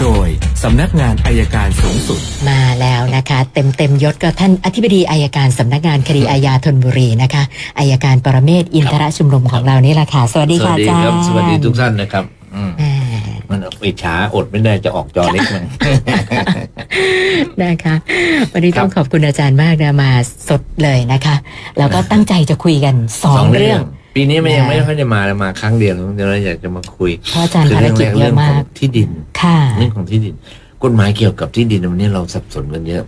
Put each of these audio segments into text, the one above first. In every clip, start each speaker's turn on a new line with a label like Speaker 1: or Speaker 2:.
Speaker 1: โดยสำนักงานอายการสูงสุด
Speaker 2: มาแล้วนะคะ เต็มเต็มๆยศก็ท่านอธิบดีอายการสำนักงานคดีอาญาธนบุรีนะคะอายการปรเมศวร์อินทรชุมนุมของเรานี่แหละค่ะ สวัสดี
Speaker 3: ส
Speaker 2: ค่ะ
Speaker 3: วัส
Speaker 2: อา
Speaker 3: ดี
Speaker 2: จาร
Speaker 3: ค
Speaker 2: ย์
Speaker 3: รัสวัสดีทุกท่านนะครับอืม
Speaker 2: แหม่
Speaker 3: มันไปช้าอดไม่ได้จะออกจอเล็กมัน
Speaker 2: นะคะ วันนี้
Speaker 3: ครับ
Speaker 2: ต้องขอบคุณอาจารย์มากนะมาสดเลยนะคะแล้วก็ตั้งใจจะคุยกันสองเรื่อง
Speaker 3: ปีนี้มันยัง
Speaker 2: นะ
Speaker 3: ไม่ค่อยได้มาเลยมาครั้งเดียวเดี๋ยวเราอยากจะมาคุย
Speaker 2: เพราะอาจารย์ภาร
Speaker 3: เรื่
Speaker 2: กิจ
Speaker 3: แรก
Speaker 2: เย
Speaker 3: เรื่
Speaker 2: อะ
Speaker 3: ข
Speaker 2: มา
Speaker 3: อง
Speaker 2: ก
Speaker 3: ที่ดิน
Speaker 2: ค่ะ
Speaker 3: เรื่องของที่ดิน กฎหมายเกี่ยวกับที่ดินวันนี้เราสับสนกันเยอะ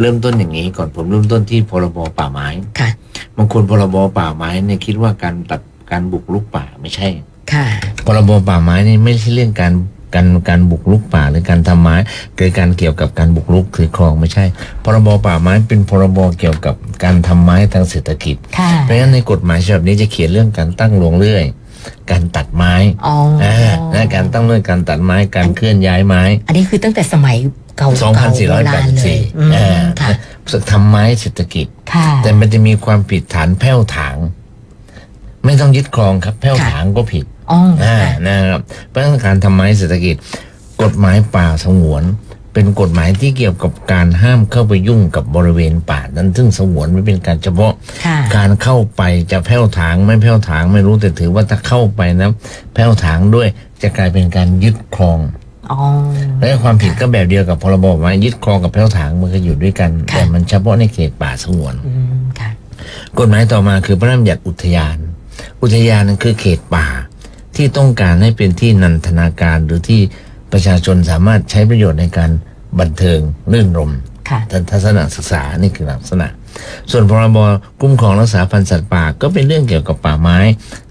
Speaker 3: เริ่มต้นอย่างนี้ก่อนผมเริ่มต้นที่พรบป่าไม้
Speaker 2: ค่ะ
Speaker 3: บางคนพรบป่าไม้เนี่ยคิดว่าการตัดการบุกรุกป่าไม่ใช่
Speaker 2: ค่ะ
Speaker 3: พรบป่าไม้นี่ไม่ใช่เรื่องการการการบุกรุกป่าหรือการทำไม้เกิดการเกี่ยวกับการบุกรุกถือครองไม่ใช่ พรบป่าไม้เป็นพรบเกี่ยวกับการทำไม้ทางเศรษฐกิจ
Speaker 2: ค่ะ
Speaker 3: เพราะฉะนั้นในกฎหมายฉบับนี้จะเขียนเรื่องการตั้งโรงเรื่อย การตัดไม้
Speaker 2: อ๋ออ
Speaker 3: อ่านะการตั้งเรื่องการตัดไม้การเคลื่อนย้ายไม้
Speaker 2: อันนี้คือตั้งแต่สมัยเก่าๆโบราณเลยอืม
Speaker 3: 2484อ่า
Speaker 2: ค่ะ
Speaker 3: ทำไม้เศรษฐกิจ
Speaker 2: ค่ะ
Speaker 3: แต่มันจะมีความผิดฐานแพ่วถาง ไม่ต้องยึดครองครับแพ่ว
Speaker 2: ค่ะ
Speaker 3: ถางก็ผิด
Speaker 2: อ๋อ
Speaker 3: อ่า
Speaker 2: ค่ะ
Speaker 3: นะครับเพราะฉะนั้นการทำไม้เศรษฐกิจ กฎหมายป่าสงวน เป็นกฎหมายที่เกี่ยวกับการห้ามเข้าไปยุ่งกับบริเวณป่านั้น ซึ่งสงวนไม่เป็นการเฉพาะ
Speaker 2: ค่ะ
Speaker 3: การเข้าไปจะแพ่วถางไม่แพ่วถางไม่รู้แต่ถือว่าถ้าเข้าไปนะแพ่วถางด้วยจะกลายเป็นการยึดครอง
Speaker 2: อ๋อ
Speaker 3: และความผิดก็แบบเดียวกับพรบว่ายึดครองกับแพ่วถางมันก็อยู่ด้วยกัน
Speaker 2: ค่ะ
Speaker 3: แต่มันเฉพาะในเขตป่าสงวน
Speaker 2: อืมค่ะ
Speaker 3: กฎหมายต่อมาคือพระราชบัญญัติอุทยาน อุทยานนั้นคือเขตป่า ที่ต้องการให้เป็นที่นันทนาการหรือที่ประชาชนสามารถใช้ประโยชน์ในการบันเทิงรื่นรม
Speaker 2: ค่ะ
Speaker 3: ทัศนศึกษานี่คือลักษณะ ส่วนพรบคุ้มครองรักษาพันธุ์สัตว์ป่าก็เป็นเรื่องเกี่ยวกับป่าไม้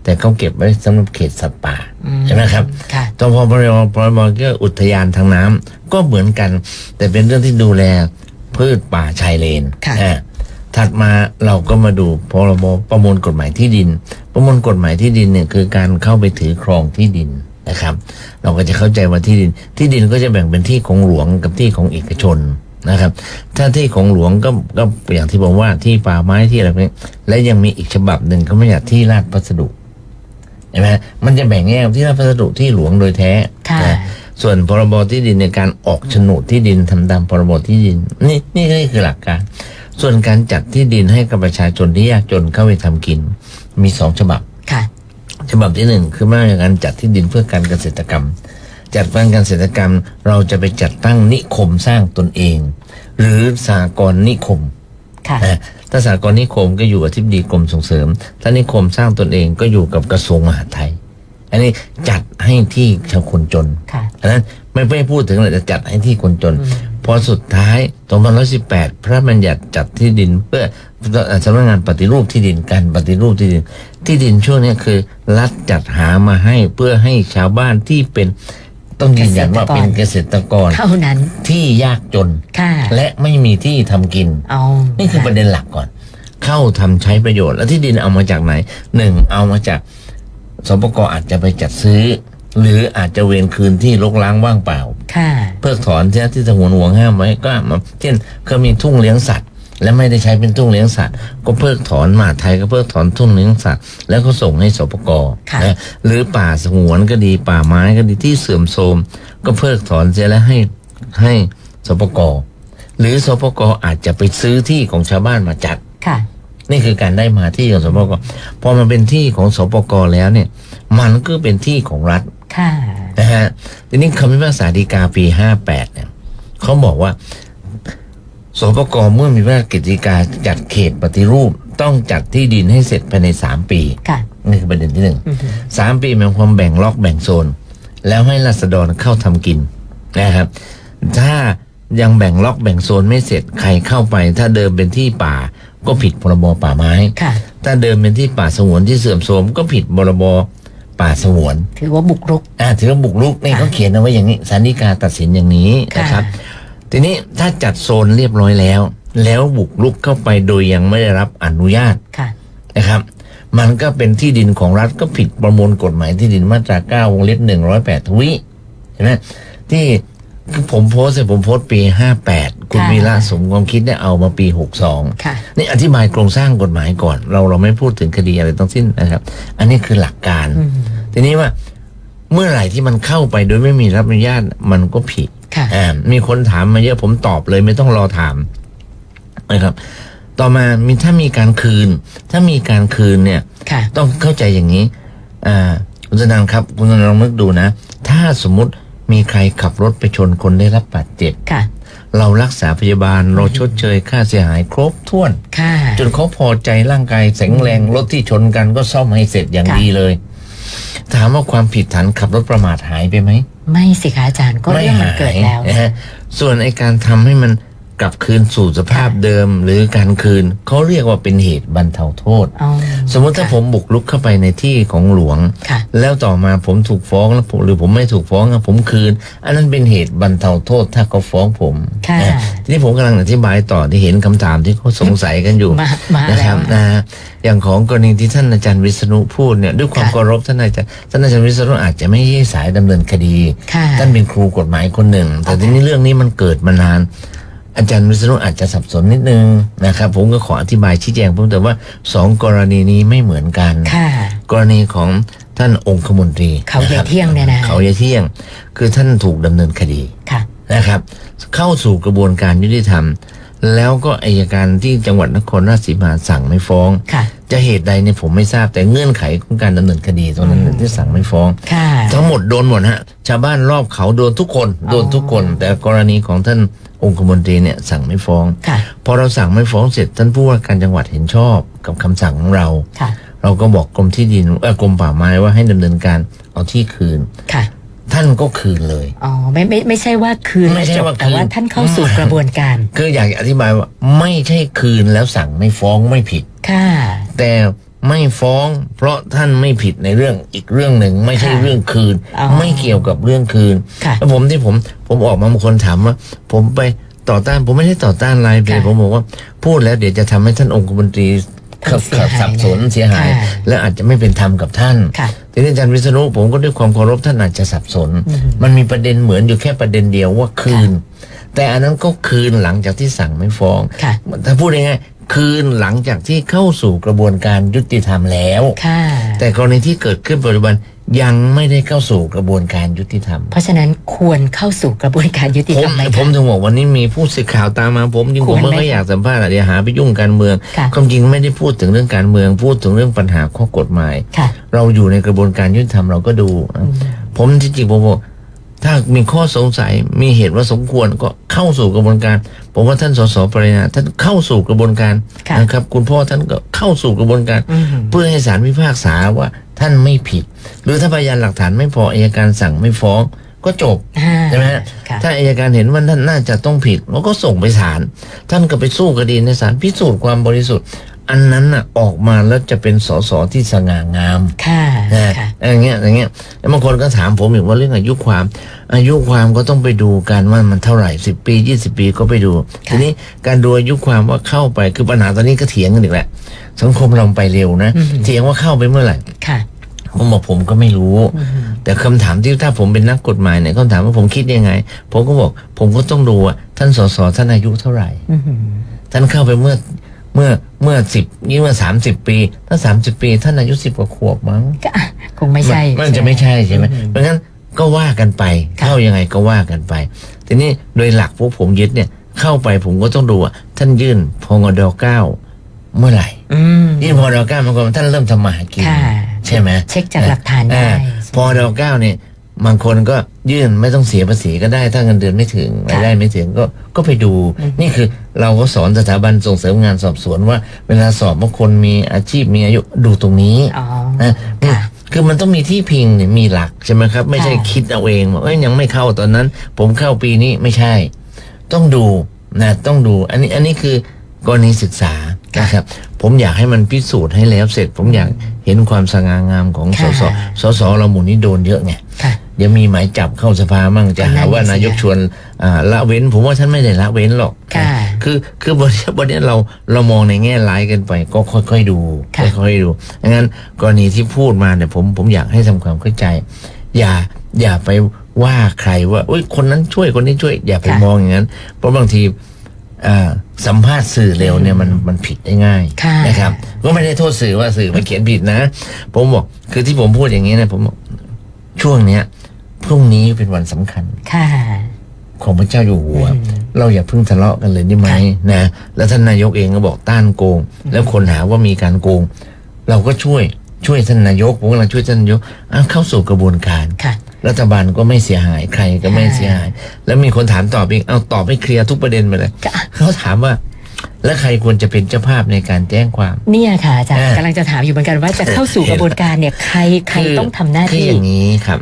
Speaker 3: แต่เขาเก็บไว้สำหรับเขตสัตว์ป่า
Speaker 2: อืม
Speaker 3: ใช่ไหมครับ
Speaker 2: ค่ะ
Speaker 3: ตพบรพรบก็อุทยานทางน้ำก็เหมือนกัน แต่เป็นเรื่องที่ดูแลพืชป่าชายเลน
Speaker 2: ค่ะ
Speaker 3: อ่าถัดมาเราก็มาดูพรบประมวลกฎหมายที่ดิน ประมวลกฎหมายที่ดินเนี่ยคือการเข้าไปถือครองที่ดินนะครับ เราก็จะเข้าใจว่าที่ดิน ที่ดินก็จะแบ่งเป็นที่ของหลวงกับที่ของเอกชนนะครับ ถ้าที่ของหลวงก็ก็อย่างที่บอกว่าที่ป่าไม้ที่อะไรพวกนี้และยังมีอีกฉบับหนึ่งเขาไม่อยากที่ราชพัสดุ ใช่ไหมฮะมันจะแบ่งแยกที่ราชพัสดุที่หลวงโดยแท้
Speaker 2: ค่ะ
Speaker 3: นะส่วนพรบที่ดินในการออกโฉนดที่ดินทำตามพรบที่ดิน นี่นี่นี่คือหลักการ ส่วนการจัดที่ดินให้กับประชาชนที่ยากจนเข้าไปทำกิน มีสองฉบับ
Speaker 2: ค่ะ
Speaker 3: ฉบับที่หนึ่งคือมาตรการจัดที่ดินเพื่อการเกษตรกรรม จัดการเกษตรกรรมเราจะไปจัดตั้งนิคมสร้างตนเอง หรือสากรณ์นิคม
Speaker 2: ค่ะ
Speaker 3: นะถ้าสากลนิคมก็อยู่อธิบดีกรมส่งเสริม ถ้านิคมสร้างตนเองก็อยู่กับกระทรวงมหาดไทย อันนี้จัดให้ที่ชาวคนจน
Speaker 2: ค่ะ
Speaker 3: อันนั้นไม่ไม่พูดถึงเลยแต่จัดให้ที่คนจน พอสุดท้าย2518 พระบัญญัติจัดที่ดินเพื่อสำนักงานปฏิรูปที่ดินการปฏิรูปที่ดิน ที่ดินช่วงเนี้ยคือ รัฐจัดหามาให้เพื่อให้ชาวบ้านที่เป็นต้องยืนยันว่าเป็นเกษตรกร
Speaker 2: เท่านั้น
Speaker 3: ที่ยากจน
Speaker 2: ค่ะ
Speaker 3: และไม่มีที่ทำกิน
Speaker 2: เอา
Speaker 3: นี่คือประเด็นหลักก่อน เข้าทำใช้ประโยชน์ แล้วที่ดินเอามาจากไหนหนึ่งเอามาจากสปกอาจจะไปจัดซื้อ หรืออาจจะเวรคืนที่รกร้างว่างเปล่า
Speaker 2: ค่ะ
Speaker 3: เพิกถอนที่ที่สงวนห่วงห้ามไว้ก็มาเช่นเคยมีทุ่งเลี้ยงสัตว์ และไม่ได้ใช้เป็นทุ่งเลี้ยงสัตว์ ก็เพิกถอนมหาดไทยก็เพิกถอนทุ่งเลี้ยงสัตว์ แล้วก็ส่งให้สปก
Speaker 2: ค่ะ
Speaker 3: นะหรือป่าสงวนก็ดีป่าไม้ก็ดีที่เสื่อมโทรมก็เพิกถอนเสียแล้วให้ให้สปกหรือสปกอาจจะไปซื้อที่ของชาวบ้านมาจัด
Speaker 2: ค่ะ
Speaker 3: นี่คือการได้มาที่ของสปกพอมันเป็นที่ของสปกแล้วเนี่ย มันก็เป็นที่ของรัฐ
Speaker 2: ค่ะ
Speaker 3: นะฮะทีนี้คำพิพากษาฎีกาปีห้าแปดเนี่ยเขาบอกว่าสปกเมื่อมีพระราชกิจฎีกาจัดเขตปฏิรูป ต้องจัดที่ดินให้เสร็จภายในสามปี
Speaker 2: ค่ะ
Speaker 3: นี่คือประเด็นที่หนึ่งสามปีหมายความแบ่งล็อกแบ่งโซน แล้วให้รัษฎรเข้าทำกินนะครับ ถ้ายังแบ่งล็อกแบ่งโซนไม่เสร็จใครเข้าไป ถ้าเดิมเป็นที่ป่าก็ผิดพรบป่าไม้
Speaker 2: ค่ะ
Speaker 3: ถ้าเดิมเป็นที่ป่าสงวนที่เสื่อมโทรมก็ผิดพรบป่าสงวน
Speaker 2: ถือว่าบุกรุก
Speaker 3: อ่าถือว่าบุกรุกนี่
Speaker 2: ค่ะ
Speaker 3: เขาเขียนเอาไว้อย่างนี้สารดีกาตัดสินอย่างนี้
Speaker 2: ค่ะ
Speaker 3: นะครับ ทีนี้ถ้าจัดโซนเรียบร้อยแล้ว แล้วบุกรุกเข้าไปโดยยังไม่ได้รับอนุญาต
Speaker 2: ค่ะ
Speaker 3: นะครับ มันก็เป็นที่ดินของรัฐก็ผิดประมวลกฎหมายที่ดินมาตรา 9 วงเล็บ108ทวิเห็นไหมที่คือผมโพสต์เนี่ยผมโพสต์ปี 58 คุณ
Speaker 2: ค่ะ
Speaker 3: วีระสมความคิดเนี่ยเอามาปี 62
Speaker 2: ค่ะ
Speaker 3: นี่อธิบายโครงสร้างกฎหมายก่อน เราเราไม่พูดถึงคดีอะไรทั้งสิ้นนะครับ อันนี้คือหลักการ
Speaker 2: อืม
Speaker 3: ทีนี้ว่าเมื่อไหร่ที่มันเข้าไปโดยไม่มีรับอนุญาตมันก็ผิด
Speaker 2: ค่ะ
Speaker 3: อ่ามีคนถามมาเยอะผมตอบเลยไม่ต้องรอถามนะครับ ต่อมามีถ้ามีการคืน ถ้ามีการคืนเนี่ย
Speaker 2: ค่ะ
Speaker 3: ต้องเข้าใจอย่างนี้ อ่าคุณสนันครับ คุณสนันลองนึกดูนะ ถ้าสมมติมีใครขับรถไปชนคนได้รับบาดเจ็บ
Speaker 2: ค่ะ
Speaker 3: เรารักษาพยาบาล เราชดเชยค่าเสียหายครบถ้วน
Speaker 2: ค่ะ
Speaker 3: จนเขาพอใจร่างกายแข็งแรงรถที่ชนกันก็ซ่อมให้เสร็จอย่าง
Speaker 2: ค่ะ
Speaker 3: ดีเลย ถามว่าความผิดฐานขับรถประมาทหายไปไหม
Speaker 2: ไม่สิคะอาจารย์ก็เรื่องมันเกิดแล้ว
Speaker 3: ไม่หายนะฮะส่วนไอการทำให้มันกลับคืนสู่สภาพเดิมหรือการคืนเขาเรียกว่าเป็นเหตุบรรเทาโทษ
Speaker 2: อ๋อ
Speaker 3: สมมติถ้า
Speaker 2: ค่ะ
Speaker 3: ผมบุกลุกเข้าไปในที่ของหลวง
Speaker 2: ค่ะ
Speaker 3: แล้วต่อมาผมถูกฟ้องแล้วผมหรือผมไม่ถูกฟ้องอะผมคืน อันนั้นเป็นเหตุบรรเทาโทษถ้าเขาฟ้องผม
Speaker 2: ค่ะ
Speaker 3: นะทีนี้ผมกำลังอธิบายต่อที่เห็นคำถามที่เขาสงสัยกันอยู่
Speaker 2: มามาแล้ว
Speaker 3: นะครับนะฮะอย่างของกรณีที่ท่านอาจารย์วิษณุพูดเนี่ยด้วยความ
Speaker 2: ค่ะ
Speaker 3: เคารพท่านอาจารย์ท่านอาจารย์วิษณุอาจจะไม่ใช่สายดำเนินคดี
Speaker 2: ค่ะ
Speaker 3: ท่านเป็นครูกฎหมายคนหนึ่ง แต่ทีนี้เรื่องนี้มันเกิดมานาน อาจารย์วิษณุอาจจะสับสนนิดนึงนะครับ ผมก็ขออธิบายชี้แจงเพิ่มเติมว่าสองกรณีนี้ไม่เหมือนกัน
Speaker 2: ค่ะ
Speaker 3: กรณีของท่านองคมนตรี
Speaker 2: เขาอย่า
Speaker 3: ะครับ
Speaker 2: เที่ยงเนี่ยนะ
Speaker 3: เขาอย่าเที่ยง คือท่านถูกดำเนินคดี
Speaker 2: ค่ะ
Speaker 3: นะครับ เข้าสู่กระบวนการยุติธรรม แล้วก็อายการที่จังหวัดนครราชสีมาสั่งไม่ฟ้อง
Speaker 2: ค่ะ
Speaker 3: จะเหตุใดเนี่ยผมไม่ทราบแต่เงื่อนไขของการดำเนินคดีตรงนั้นที่สั่งไม่ฟ้อง
Speaker 2: ค่ะ
Speaker 3: ทั้งหมดโดนหมดฮะชาวบ้านรอบเขาโดนทุกคนโดนทุกคน แต่กรณีของท่านองคมนตรีเนี่ยสั่งไม่ฟ้อง
Speaker 2: ค่ะ
Speaker 3: พอเราสั่งไม่ฟ้องเสร็จท่านผู้ว่าการจังหวัดเห็นชอบกับคำสั่งของเรา
Speaker 2: ค่ะ
Speaker 3: เราก็บอกกรมที่ดินเออกรมป่าไม้ว่าให้ดำเนินการเอาที่คืน
Speaker 2: ค่ะ
Speaker 3: ท่านก็คืนเลย
Speaker 2: อ๋อ ไม่ไม่ไม่ใช่ว่าคืน
Speaker 3: ไม่ใช่
Speaker 2: จบ
Speaker 3: ว่าคืน
Speaker 2: แต่ว่าท่านเข้าสู่กระบวนการ
Speaker 3: คืออยากจะอธิบายว่าไม่ใช่คืนแล้วสั่งไม่ฟ้องไม่ผิด
Speaker 2: ค่ะ
Speaker 3: แต่ไม่ฟ้อง เพราะท่านไม่ผิดในเรื่องอีกเรื่องหนึ่งไม่ใช่
Speaker 2: ค่ะ
Speaker 3: เรื่องคืน
Speaker 2: อ๋อ
Speaker 3: ไม่เกี่ยวกับเรื่องคืน
Speaker 2: ค่ะ
Speaker 3: แล้วผมที่ผมผมออกมาบางคนถามว่า ผมไปต่อต้านผมไม่ได้ต่อต้านอะไรเลยผมบอกว่าพูดแล้วเดี๋ยวจะทำให้ท่านองคมนตรีขับขับสับสนเสียหาย
Speaker 2: ค่ะ
Speaker 3: และอาจจะไม่เป็นธรรมกับท่าน
Speaker 2: ค่ะ
Speaker 3: ทีนี้อาจารย์วิษณุผมก็ด้วยความเคารพท่านอาจจะสับสน
Speaker 2: อืม
Speaker 3: มันมีประเด็นเหมือนอยู่แค่ประเด็นเดียวว่าคืน แต่อันนั้นก็คืนหลังจากที่สั่งไม่ฟ้อง
Speaker 2: ค่ะ
Speaker 3: ถ้าพูดง่ายๆคืนหลังจากที่เข้าสู่กระบวนการยุติธรรมแล้ว
Speaker 2: ค่ะ
Speaker 3: แต่กรณีที่เกิดขึ้นปัจจุบันยังไม่ได้เข้าสู่กระบวนการยุติธรรม
Speaker 2: เพราะฉะนั้นควรเข้าสู่กระบวนการยุติ
Speaker 3: ผ
Speaker 2: ธรร
Speaker 3: ม
Speaker 2: มไหม
Speaker 3: ผม
Speaker 2: คะ
Speaker 3: ถึงบอกวันนี้มีผู้สื่อข่าวตามมาผมจริง
Speaker 2: ควร
Speaker 3: ผม
Speaker 2: ไหม
Speaker 3: ไม่ค่อยอยากสัมภาษณ์อะเดี๋ยวหาไปยุ่งการเมือง
Speaker 2: ค่ะ
Speaker 3: ความจริงไม่ได้พูดถึงเรื่องการเมือง พูดถึงเรื่องปัญหาข้อกฎหมาย
Speaker 2: ค่ะ
Speaker 3: เราอยู่ในกระบวนการยุติธรรมเราก็ดูนะผมที่จริงผมบอกถ้ามีข้อสงสัยมีเหตุว่าสมควรก็เข้าสู่กระบวนการ ผมว่าท่านสสปรินาท่านเข้าสู่กระบวนการ
Speaker 2: ค่ะ
Speaker 3: นะครับ คุณพ่อท่านก็เข้าสู่กระบวนการ
Speaker 2: อืม
Speaker 3: เพื่อให้ศาลพิพากษาว่าท่านไม่ผิด หรือถ้าพยานหลักฐานไม่พออายการสั่งไม่ฟ้องก็จบ
Speaker 2: อ่า
Speaker 3: ใช่ไหมฮะ
Speaker 2: ค่ะ
Speaker 3: ถ้าอายการเห็นว่าท่านน่าจะต้องผิดแล้วก็ส่งไปศาลท่านก็ไปสู้คดีในศาลพิสูจน์ความบริสุทธิ์ อันนั้นน่ะออกมาแล้วจะเป็นสสที่สง่างาม
Speaker 2: ค่ะ
Speaker 3: นะ
Speaker 2: ค่ะ
Speaker 3: อย่างเงี้ยอย่างเงี้ยแล้วบางคนก็ถามผมอีกว่าเรื่องอายุความ อายุความก็ต้องไปดูกันว่ามันเท่าไหร่สิบปียี่สิบปีก็ไปดูทีนี้การดูอายุความว่าเข้าไปคือปัญหาตอนนี้ก็เถียงกันอีกแหละสังคมเราไปเร็วนะ
Speaker 2: อืม
Speaker 3: เถียงว่าเข้าไปเมื่อไหร่
Speaker 2: ค่ะ
Speaker 3: ผมบอกผมก็ไม่รู้ แต่คำถามที่ถ้าผมเป็นนักกฎหมายเนี่ยคำถามว่าผมคิดยังไง ผมก็บอกผมก็ต้องดูว่าท่านสสท่านอายุเท่าไหร่
Speaker 2: อืม
Speaker 3: ท่านเข้าไปเมื่อเมื่อเมื่อสิบยี่เมื่อสามสิบปี ถ้าสามสิบปี ท่านอายุสิบกว่าขวบมั้ง
Speaker 2: ก็อ่ะคงไม่ใช่
Speaker 3: นมันจะไม่ใช่ใช่ไหมเพราะงั้นก็ว่ากันไป เข้ายังไงก็ว่ากันไป ทีนี้โดยหลักพวกผมยึดเนี่ยเข้าไปผมก็ต้องดูว่าท่านยื่นพงดเก้าเมื่อไหร่
Speaker 2: อืม
Speaker 3: ยื่นพงดเก้ามันก็ท่านเริ่มทำมาหากิน
Speaker 2: ค่ะ
Speaker 3: ใช่ไหม
Speaker 2: เช็คจากหลักฐานได้
Speaker 3: อ่พอดอเก้าเนี่ยบางคนก็ยื่นไม่ต้องเสียภาษีก็ได้ ถ้าเงินเดือนไม่ถึง
Speaker 2: ค่ะ
Speaker 3: รายได้ไม่ถึงก็ก็ไปดู
Speaker 2: อืม
Speaker 3: นี่คือเราก็สอนสถาบันส่งเสริมงานสอบสวนว่า เวลาสอบว่าคนมีอาชีพมีอายุดูตรงนี้
Speaker 2: อ๋อ
Speaker 3: นะ
Speaker 2: ค่ะ
Speaker 3: คือมันต้องมีที่พิงเนี่ยมีหลักใช่ไหมครับ ไม่ใช่
Speaker 2: ค่ะ
Speaker 3: คิดเอาเองว่าเอ้ยยังไม่เข้าตอนนั้น ผมเข้าปีนี้ไม่ใช่ ต้องดูนะต้องดู อันนี้อันนี้คือกรณีศึกษา
Speaker 2: ค่ะ
Speaker 3: นะครับ ผมอยากให้มันพิสูจน์ให้แล้วเสร็จ ผมอยากเห็นความสง่างามของส
Speaker 2: ค่ะ
Speaker 3: ส สสเราหมู่นี้โดนเยอะไง
Speaker 2: ค่ะ
Speaker 3: เดี๋ยวมีหมายจับเข้าสภามั่งจะหาว่า
Speaker 2: นั่นน่ะสิ
Speaker 3: นายกชวนอ่าละเว้น ผมว่าท่านไม่ได้ละเว้นหรอก
Speaker 2: ค่ะ
Speaker 3: คือคือบน บนนี้เราเรามองในแง่ร้ายกันไป ก็ค่อย ๆ ดู
Speaker 2: ค่ะ
Speaker 3: ค่อยๆดูงั้นกรณีที่พูดมาเนี่ยผมผมอยากให้ทำความเข้าใจ อย่าอย่าไปว่าใครว่าอุ้ยคนนั้นช่วยคนนี้ช่วย อย่าไป
Speaker 2: ค่ะ
Speaker 3: มองอย่างนั้น เพราะบางทีอ่าสัมภาษณ์สื่อเร็วเนี่ยมันมันผิดได้ง่าย
Speaker 2: ค่ะ
Speaker 3: นะครับก็ไม่ได้โทษสื่อว่าสื่อมาเขียนผิดนะ ผมบอกคือที่ผมพูดอย่างนี้นะผมบอกช่วงเนี้ยพรุ่งนี้เป็นวันสำคัญ
Speaker 2: ค่ะ
Speaker 3: ของพระเจ้าอยู่หัว
Speaker 2: อืม
Speaker 3: เราอย่าเพิ่งทะเลาะกันเลยได้ไหมนะแล้วท่านนายกเองก็บอกต้านโกง แล้วคนหาว่ามีการโกง เราก็ช่วยช่วยท่านนายกผมกำลังช่วยท่านนายกอ่ะเข้าสู่กระบวนการ
Speaker 2: ค่ะ
Speaker 3: รัฐบาลก็ไม่เสียหายใครก็ไม่เสียหาย แล้วมีคนถามตอบอีกเอาตอบให้เคลียร์ทุกประเด็นไปเลย
Speaker 2: ค่ะ
Speaker 3: เขาถามว่า แล้วใครควรจะเป็นเจ้าภาพในการแจ้งความ
Speaker 2: เนี่ยค่ะอาจารย์
Speaker 3: อ่าก
Speaker 2: กำลังจะถามอยู่เหมือนกันว่าจะเข้าสู่กระบวนการเนี่ยใครใคร
Speaker 3: อ
Speaker 2: ต้องทำหน้า
Speaker 3: คือ
Speaker 2: ที่
Speaker 3: อย่างนี้ครับ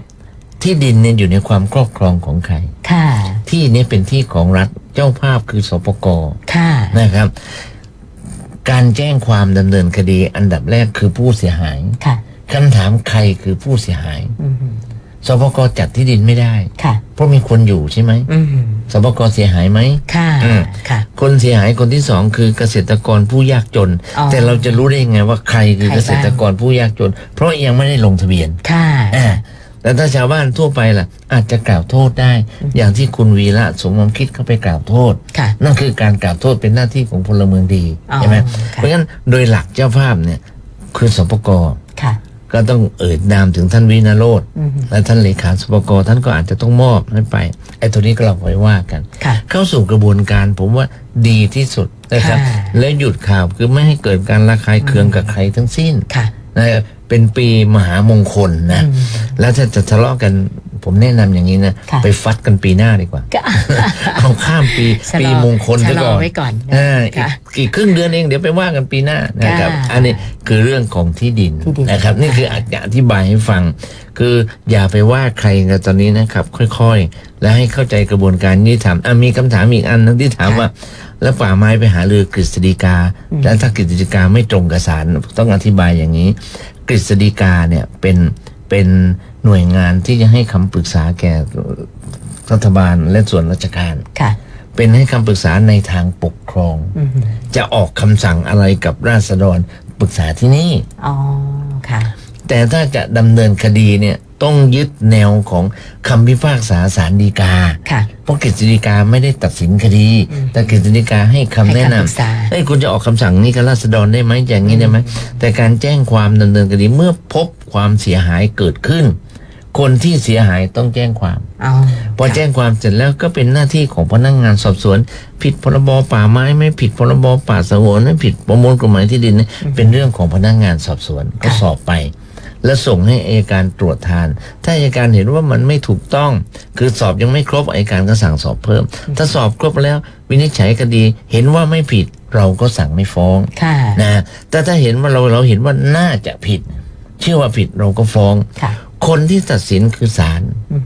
Speaker 3: ที่ดินเนี่ยอยู่ในความครอบครองของใคร
Speaker 2: ค่ะ
Speaker 3: ที่เนี่ยเป็นที่ของรัฐเจ้าภาพคือสปก
Speaker 2: ค่ะ
Speaker 3: นะครับ การแจ้งความดำเนินคดีอันดับแรกคือผู้เสียหาย
Speaker 2: ค่ะ
Speaker 3: คำถามใครคือผู้เสียหาย
Speaker 2: อืม
Speaker 3: สปกจัดที่ดินไม่ได้
Speaker 2: ค่ะ
Speaker 3: เพราะมีคนอยู่ใช่ไหม
Speaker 2: อืม
Speaker 3: สปกเสียหายไหม
Speaker 2: ค่ะ
Speaker 3: อืม
Speaker 2: ค่ะ
Speaker 3: คนเสียหายคนที่สองคือเกษตรกรผู้ยากจน
Speaker 2: อ๋อ
Speaker 3: แต่เราจะรู้ได้ยังไงว่าใครคือ
Speaker 2: ใครบ้าง
Speaker 3: เกษตรกรผู้ยากจน เพราะยังไม่ได้ลงทะเบียน
Speaker 2: ค่ะ
Speaker 3: อ่าแต่ถ้าชาวบ้านทั่วไปล่ะ อาจจะกล่าวโทษได้ อย่างที่คุณวีระสมมคิดเข้าไปกล่าวโทษ
Speaker 2: ค่ะ
Speaker 3: นั่นคือการกล่าวโทษเป็นหน้าที่ของพลเมืองดี
Speaker 2: อ๋อ
Speaker 3: ใช่ไหม
Speaker 2: ค่ะ
Speaker 3: เพราะฉะนั้นโดยหลักเจ้าภาพเนี่ยคือสปก
Speaker 2: ค่ะ
Speaker 3: ก็ต้องเอ่ยนามถึงท่านวินาโรธ
Speaker 2: อืม
Speaker 3: และท่านเลขาสปกท่านก็อาจจะต้องมอบให้ไปไอ้ตัวนี้ก็เราไว้ว่ากัน
Speaker 2: ค่ะ
Speaker 3: เข้าสู่กระบวนการผมว่าดีที่สุดนะครับ
Speaker 2: ค่ะ
Speaker 3: และหยุดข่าวคือไม่ให้เกิดการระคายเคืองกับใครทั้งสิ้น
Speaker 2: ค่ะ
Speaker 3: นะครับเป็นปีมหามงคลนะ
Speaker 2: อืม
Speaker 3: แล้วถ้าจะทะเลาะกันผมแนะนำอย่างนี้นะ
Speaker 2: ค่ะ
Speaker 3: ไปฟัดกันปีหน้าดีกว่า
Speaker 2: ก็
Speaker 3: เอาข้ามปี
Speaker 2: ชะลอ
Speaker 3: ปีมงคล
Speaker 2: ชะ
Speaker 3: ซะ
Speaker 2: ลอ
Speaker 3: ก่อน
Speaker 2: ไว้ก่อน
Speaker 3: เอออีก
Speaker 2: ค่ะ
Speaker 3: อีกครึ่งเดือนเองเดี๋ยวไปว่ากันปีหน้านะครับ
Speaker 2: ค่ะ
Speaker 3: อันนี้คือเรื่องของที่ดิน
Speaker 2: ที่ดิน
Speaker 3: นะครับ นี่คืออาจจะอธิบายให้ฟัง คืออย่าไปว่าใครกันตอนนี้นะครับ ค่อยๆ และให้เข้าใจกระบวนการยุติธรรมอ่ะมีคำถามอีกอันนึงที่ถาม
Speaker 2: ค่ะ
Speaker 3: ว่า แล้วป่าไม้ไปหาเรือกฤษฎีกา
Speaker 2: อืม
Speaker 3: แล้วถ้ากฤษฎีกาไม่ตรงกับศาลต้องอธิบายอย่างนี้ กฤษฎีกาเนี่ยเป็นเป็นหน่วยงานที่จะให้คำปรึกษาแก่รัฐบาลและส่วนราชการ
Speaker 2: ค่ะ
Speaker 3: เป็นให้คำปรึกษาในทางปกครอง
Speaker 2: อืม
Speaker 3: จะออกคำสั่งอะไรกับราษฎรปรึกษาที่นี่
Speaker 2: อ๋อค่ะ
Speaker 3: แต่ถ้าจะดำเนินคดีเนี่ยต้องยึดแนวของคำพิพากษาศาลฎีกา
Speaker 2: ค่ะ
Speaker 3: เพราะกฤษฎีกาไม่ได้ตัดสินคดี
Speaker 2: อืม
Speaker 3: แต่กฤษฎีกาให้คำแนะ
Speaker 2: ให้คำปรึกษา
Speaker 3: นำเอ้ยคุณจะออกคำสั่งนี้กับราษฎรได้ไหมอย่างนี้ได้ไหมแต่การแจ้งความดำเนินคดีเมื่อพบความเสียหายเกิดขึ้น คนที่เสียหายต้องแจ้งความ
Speaker 2: อ๋อ
Speaker 3: พอแจ้งความเสร็จแล้วก็เป็นหน้าที่ของพนักงานสอบสวน ผิดพรบป่าไม้ไม่ผิดพรบป่าสงวนไม่ผิดประมวลกฎหมายที่ดินนะเป็นเรื่องของพนักงานสอบสวนก็สอบไป แล้วส่งให้อัยการตรวจทาน ถ้าอัยการเห็นว่ามันไม่ถูกต้อง คือสอบยังไม่ครบอัยการก็สั่งสอบเพิ่ม ถ้าสอบครบแล้ววินิจฉัยคดีเห็นว่าไม่ผิดเราก็สั่งไม่ฟ้อง
Speaker 2: ค่ะ
Speaker 3: นะแต่ถ้าเห็นว่าเราเราเห็นว่าน่าจะผิด เชื่อว่าผิดเราก็ฟ้อง
Speaker 2: ค่ะ
Speaker 3: คนที่ตัดสินคือศาล
Speaker 2: อืม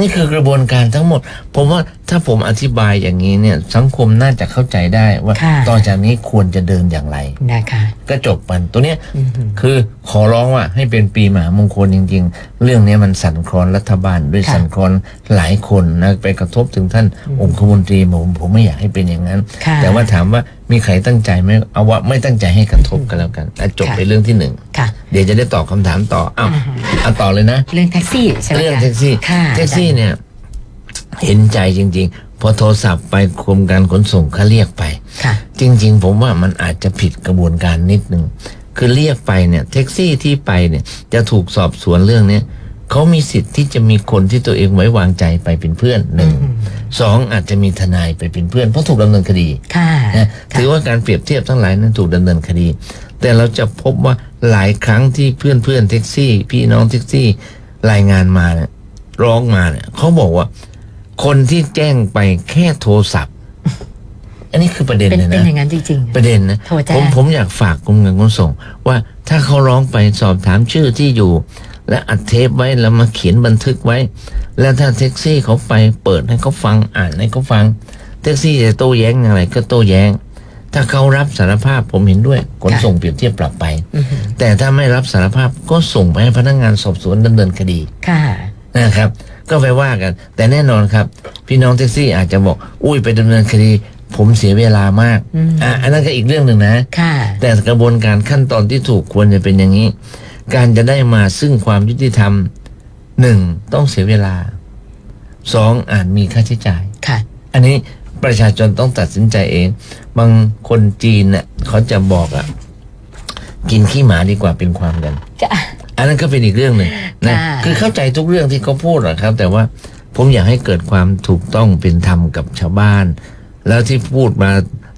Speaker 3: นี่คือกระบวนการทั้งหมด ผมว่าถ้าผมอธิบายอย่างนี้เนี่ยสังคมน่าจะเข้าใจได้ว่า
Speaker 2: ค่ะ
Speaker 3: ต่อจากนี้ควรจะเดินอย่างไร
Speaker 2: นะคะ
Speaker 3: ก็จบมันตัวเนี้ย
Speaker 2: อืม
Speaker 3: คือขอร้องว่าให้เป็นปีหมามงคลจริง ๆ เรื่องเนี้ยมันสั่นคลอนรัฐบาลด้วย
Speaker 2: ค่ะ
Speaker 3: สั่นคลอนหลายคนนะไปกระทบถึงท่านองคมนตรีผมผมไม่อยากให้เป็นอย่างนั้น
Speaker 2: ค่ะ
Speaker 3: แต่ว่าถามว่ามีใครตั้งใจไหมเอาว่าไม่ตั้งใจให้กระทบกันแล้วกันอ่ะจบไปเรื่องที่หนึ่ง
Speaker 2: ค่ะ
Speaker 3: เดี๋ยวจะได้ตอบคำถามต่ออ้าวอ่ะต่อเลยนะ
Speaker 2: เรื่องแท็กซี่ใช่ไหม
Speaker 3: เรื่อง
Speaker 2: คะ
Speaker 3: แท็กซี่
Speaker 2: ค่ะ
Speaker 3: แท็กซี่เนี่ยเห็นใจจริง ๆ พอโทรศัพท์ไปกรมการขนส่งเขาเรียกไป
Speaker 2: ค่ะ
Speaker 3: จริง ๆ ผมว่ามันอาจจะผิดกระบวนการนิดนึงคือเรียกไปเนี่ยแท็กซี่ที่ไปเนี่ยจะถูกสอบสวนเรื่องเนี้ยเขามีสิทธิ์ที่จะมีคนที่ตัวเองไว้วางใจไปเป็นเพื่อนหนึ่งสองอาจจะมีทนายไปเป็นเพื่อนเพราะถูกดำเนินคดี
Speaker 2: ค่ะ
Speaker 3: นะถือว่าการเปรียบเทียบทั้งหลายนั้นถูกดำเนินคดี แต่เราจะพบว่าหลายครั้งที่เพื่อนเพื่อนๆแท็กซี่ พี่น้องแท็กซี่รายงานมาเนี่ยร้องมาเนี่ยเขาบอกว่า คนที่แจ้งไปแค่โทรศัพท์ อันนี้คือประเด็น
Speaker 2: เป็น
Speaker 3: เลย
Speaker 2: เป็น
Speaker 3: นะ
Speaker 2: อย่างนั้นจริงๆ
Speaker 3: ประเด็นนะ
Speaker 2: โทรแจ้ง
Speaker 3: ผมผมอยากฝากกรมการขนส่ง ว่าถ้าเขาร้องไปสอบถามชื่อที่อยู่ และอัดเทปไว้แล้วมาเขียนบันทึกไว้ แล้วถ้าแท็กซี่เขาไปเปิดให้เขาฟังอ่านให้เขาฟัง แท็กซี่จะโต้แย้งอะไรก็โต้แย้ง ถ้าเขารับสารภาพผมเห็นด้วยขนส่งเปรียบเทียบปรับไป แต่ถ้าไม่รับสารภาพก็ส่งไปให้พนักงานสอบสวนดำเนินคดี
Speaker 2: ค่ะ
Speaker 3: นะครับ ก็ไปว่ากัน แต่แน่นอนครับ พี่น้องแท็กซี่อาจจะบอก อุ้ยไปดำเนินคดี ผมเสียเวลามาก
Speaker 2: อืม
Speaker 3: อ่ะอันนั้นก็อีกเรื่องหนึ่งนะ
Speaker 2: ค่ะ
Speaker 3: แต่กระบวนการขั้นตอนที่ถูกควรจะเป็นอย่างนี้ การจะได้มาซึ่งความยุติธรรมหนึ่งต้องเสียเวลาสองอาจมีค่าใช้จ่าย
Speaker 2: ค่ะ
Speaker 3: อันนี้ประชาชนต้องตัดสินใจเอง บางคนจีนน่ะเขาจะบอกอ่ะ กินขี้หมาดีกว่าเป็นความกัน
Speaker 2: ค่ะ
Speaker 3: อันนั้นก็เป็นอีกเรื่องหนึ่งนะ
Speaker 2: ค่ะ
Speaker 3: คือเข้าใจทุกเรื่องที่เขาพูดหรอกครับ แต่ว่า ผมอยากให้เกิดความถูกต้องเป็นธรรมกับชาวบ้าน แล้วที่พูดมา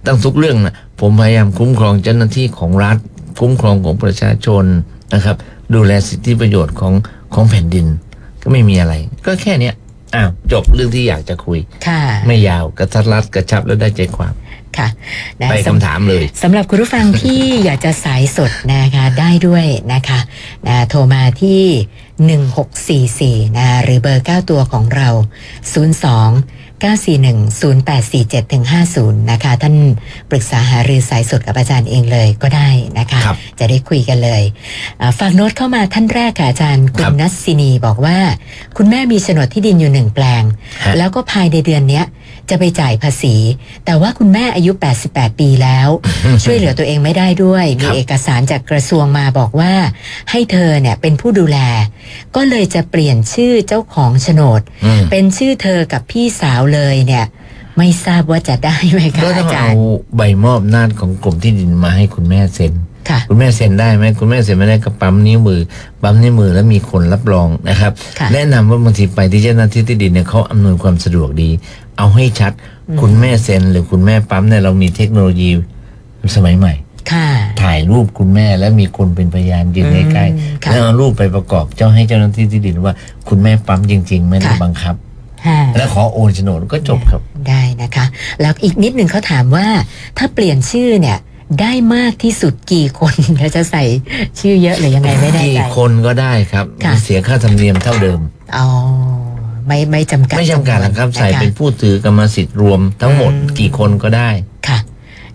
Speaker 3: ตั้งทุกเรื่องนะผมพยายามคุ้มครองเจ้าหน้าที่ของรัฐ คุ้มครองของประชาชนนะครับ ดูแลสิทธิประโยชน์ของของแผ่นดิน ก็ไม่มีอะไร ก็แค่เนี้ยอ้าวจบเรื่องที่อยากจะคุย
Speaker 2: ค่ะ
Speaker 3: ไม่ยาวกระชับรัดกระชับแล้วได้ใจความ
Speaker 2: ค่ะนะ
Speaker 3: ไป
Speaker 2: สำ
Speaker 3: คำถามเลย
Speaker 2: สำหรับคุณผู้ฟังที่ อยากจะสายสดนะคะได้ด้วยนะคะนะโทรมาที่ 1644นะหรือเบอร์ 9 ตัวของเรา 02 941 0847 50 นะคะ ท่านปรึกษาหารือสายสดกับอาจารย์เองเลยก็ได้นะคะ
Speaker 3: ครับ
Speaker 2: จะได้คุยกันเลยอ่าฝากโน้ตเข้ามาท่านแรกค่ะอาจารย์ คุณ
Speaker 3: ครับ
Speaker 2: นัสสินีบอกว่า คุณแม่มีโฉนดที่ดินอยู่หนึ่งแปลง
Speaker 3: ฮะ
Speaker 2: แล้วก็ภายในเดือนเนี้ย จะไปจ่ายภาษี แต่ว่าคุณแม่อายุ 88 ปีแล้ว ช่วยเหลือตัวเองไม่ได้ด้วย
Speaker 3: ค
Speaker 2: มี
Speaker 3: รับ
Speaker 2: เอกสารจากกระทรวงมาบอกว่า ให้เธอเนี่ยเป็นผู้ดูแล ก็เลยจะเปลี่ยนชื่อเจ้าของโฉนด
Speaker 3: อืม
Speaker 2: เป็นชื่อเธอกับพี่สาวเลยเนี่ย ไม่ทราบว่าจะได้ไหมคะ
Speaker 3: ก็ต้
Speaker 2: อา
Speaker 3: อง
Speaker 2: จา
Speaker 3: เอา
Speaker 2: รย์
Speaker 3: ใบมอบอำนาจของกรมที่ดินมาให้คุณแม่เซ็น
Speaker 2: ค่ะ
Speaker 3: คุณแม่เซ็นได้ไหมคุณแม่เซ็นไม่ได้ก็ปั๊มนิ้วมือปั๊มนิ้วมือแล้วมีคนรับรองนะครับ
Speaker 2: ค่ะ
Speaker 3: แนะนำว่าบางทีไปที่เจ้าหน้าที่ที่ดินเนี่ยเขาอำนวยความสะดวกดี เอาให้ชัด คุณแม่เซ็นหรือคุณแม่ปั๊มเนี่ยเรามีเทคโนโลยีสมัยใหม่
Speaker 2: ค่ะ
Speaker 3: ถ่ายรูปคุณแม่แล้วมีคนเป็นพยานยืนใกล้
Speaker 2: อืม
Speaker 3: ๆ
Speaker 2: ค่ะ
Speaker 3: แล้วเอารูปไปประกอบเจ้าให้เจ้าหน้าที่ที่ดินว่า คุณแม่ปั๊มจริง ๆ ไม่ได้
Speaker 2: ค่ะ
Speaker 3: บังคับ
Speaker 2: ห้า
Speaker 3: แล้วขอโอนโฉนดก็จบครับ
Speaker 2: ได้นะคะ แล้วอีกนิดหนึ่งเขาถามว่า ถ้าเปลี่ยนชื่อเนี่ย ได้มากที่สุดกี่คน เขาจะใส่ชื่อเยอะหรือยังไงไม่แน่
Speaker 3: กี่
Speaker 2: ใจ
Speaker 3: คนก็ได้ครับ
Speaker 2: ค่ะ
Speaker 3: เสียค่าธรรมเนียมเท่าเดิม
Speaker 2: อ๋อไม่ไม่จำกัด
Speaker 3: ไม่จำกัดหรอกครับ
Speaker 2: จำว
Speaker 3: ใส่เป็น
Speaker 2: นะะ
Speaker 3: ผู้ถือกรรมสิทธิ์รวมทั้งหมด
Speaker 2: อืม
Speaker 3: กี่คนก็ได้
Speaker 2: ค่ะ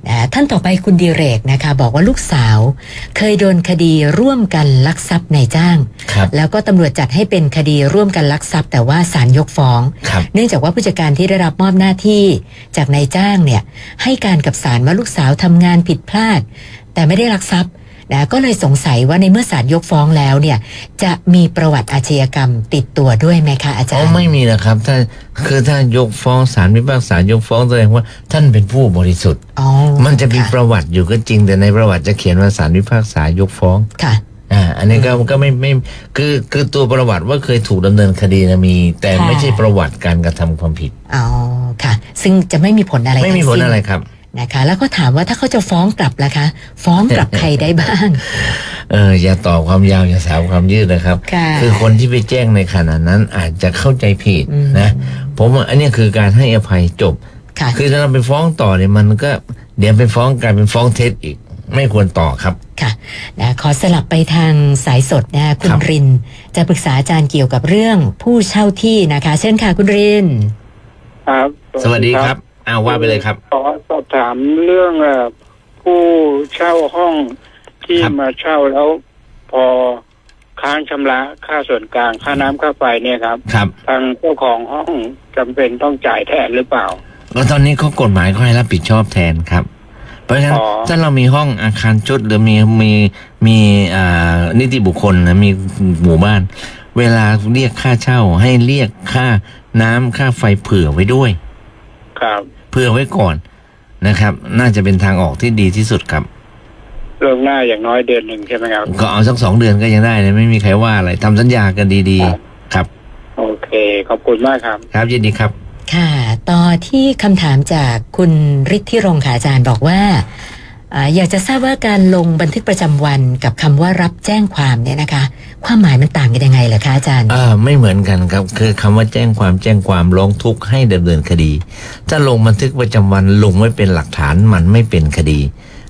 Speaker 2: นะท่านต่อไปคุณดิเรกนะคะ บอกว่าลูกสาว เคยโดนคดีร่วมกันลักทรัพย์ในจ้าง
Speaker 3: ครับ
Speaker 2: แล้วก็ตำรวจจัดให้เป็นคดีร่วมกันลักทรัพย์ แต่ว่าศาลยกฟ้อง
Speaker 3: ครับ
Speaker 2: เนื่องจากว่าผู้จัดการที่ได้รับมอบหน้าที่จากนายจ้างเนี่ย ให้การกับศาลว่าลูกสาวทำงานผิดพลาด แต่ไม่ได้รักทรัพย์นะก็เลยสงสัยว่าในเมื่อศาลยกฟ้องแล้วเนี่ย จะมีประวัติอาชญากรรมติดตัวด้วยไหมคะอาจา
Speaker 3: อ๋
Speaker 2: ร
Speaker 3: อ
Speaker 2: ย์
Speaker 3: ไม่มีนะครับ ถ้าคือถ้ายกฟ้องศาลพิพากษายกฟ้องแสดงว่าท่านเป็นผู้บริสุทธิ์
Speaker 2: อ๋อ
Speaker 3: มันจะมี
Speaker 2: ค่
Speaker 3: ประวัติอยู่ก็จริง แต่ในประวัติจะเขียนว่าศาลพิพากษายกฟ้อง
Speaker 2: ค่ะ
Speaker 3: อ่าอันนี้ก็ก็ไม่ไม่คือคือตัวประวัติว่าเคยถูกดำเนินคดีนะมี แต่
Speaker 2: ค่ะ
Speaker 3: ไม่ใช่ประวัติการกระทำความผิด
Speaker 2: อ๋อค่ะ ซึ่งจะไม่มีผลอะไร
Speaker 3: ไม่มีผล
Speaker 2: ทั้งสิ้น
Speaker 3: อะไรครับ
Speaker 2: นะคะ แล้วก็ถามว่าถ้าเขาจะฟ้องกลับล่ะคะ ฟ้องก ลับใครได้บ้าง
Speaker 3: เอออย่าต่อความยาวอย่าสาวความยืดนะครับ
Speaker 2: ค่ะ
Speaker 3: อคนที่ไปแจ้งในขณะนั้นอาจจะเข้าใจผิด
Speaker 2: อืม
Speaker 3: นะผมว่าอันเนี้ยคือการให้อภัยจบ
Speaker 2: ค่ะ
Speaker 3: คือถ้าเราไปฟ้องต่อเนี่ยมันก็เดี๋ยวไปฟ้องกลายเป็นฟ้องเท็จอีก ไม่ควรต่อครับ
Speaker 2: ค่ะนะขอสลับไปทางสายสดนะคะคุ
Speaker 3: ค
Speaker 2: ณ
Speaker 3: รับ
Speaker 2: ริน จะปรึกษาอาจารย์เกี่ยวกับเรื่องผู้เช่าที่นะคะ เชิญค่ะคุณริน
Speaker 4: ครับ
Speaker 3: สวัสดีครับอ้าวว่าไปเลยครับ
Speaker 4: ขอสอบถามเรื่องเอ่อผู้เช่าห้องที่
Speaker 3: ครับ
Speaker 4: มาเช่าแล้ว พอค้างชำระค่าส่วนกลางค่าน้ำค่าไฟเนี่ยครับ
Speaker 3: ครับ
Speaker 4: ทางเจ้าของห้องจำเป็นต้องจ่ายแทนหรือเปล่า
Speaker 3: แล้วตอนนี้เขากฎหมายเขาให้รับผิดชอบแทนครับ เพราะฉะนั้น
Speaker 4: อ๋อ
Speaker 3: ถ้าเรามีห้องอาคารชุดหรือมีมีมีอ่านิติบุคคลนะมีหมู่บ้าน เวลาเรียกค่าเช่าให้เรียกค่าน้ำค่าไฟเผื่อไว้ด้วย
Speaker 4: ครับ
Speaker 3: เผื่อไว้ก่อนนะครับ น่าจะเป็นทางออกที่ดีที่สุดครับ
Speaker 4: เรื่องหน้าอย่างน้อยเดือนหนึ่งใช่ไหมครับ
Speaker 3: ก็เอาสักสองเดือนก็ยังได้นะไม่มีใครว่าอะไรทำสัญญากันดี
Speaker 4: ครับ
Speaker 3: ๆ ครับ
Speaker 4: โอเค ขอบคุณมากครับ
Speaker 3: ครับยินดีครับ
Speaker 2: ค่ะ ต่อที่คำถามจากคุณฤทธิรงค์ค่ะอาจารย์บอกว่าอ่า อยากจะทราบว่าการลงบันทึกประจำวันกับคำว่ารับแจ้งความเนี่ยนะคะ ความหมายมันต่างกันยังไงเหรอคะอาจารย์
Speaker 3: อ่าไม่เหมือนกันครับ คือคำว่าแจ้งความแจ้งความร้องทุกข์ให้ดำเนินคดี ถ้าลงบันทึกประจำวันลงไว้เป็นหลักฐานมันไม่เป็นคดี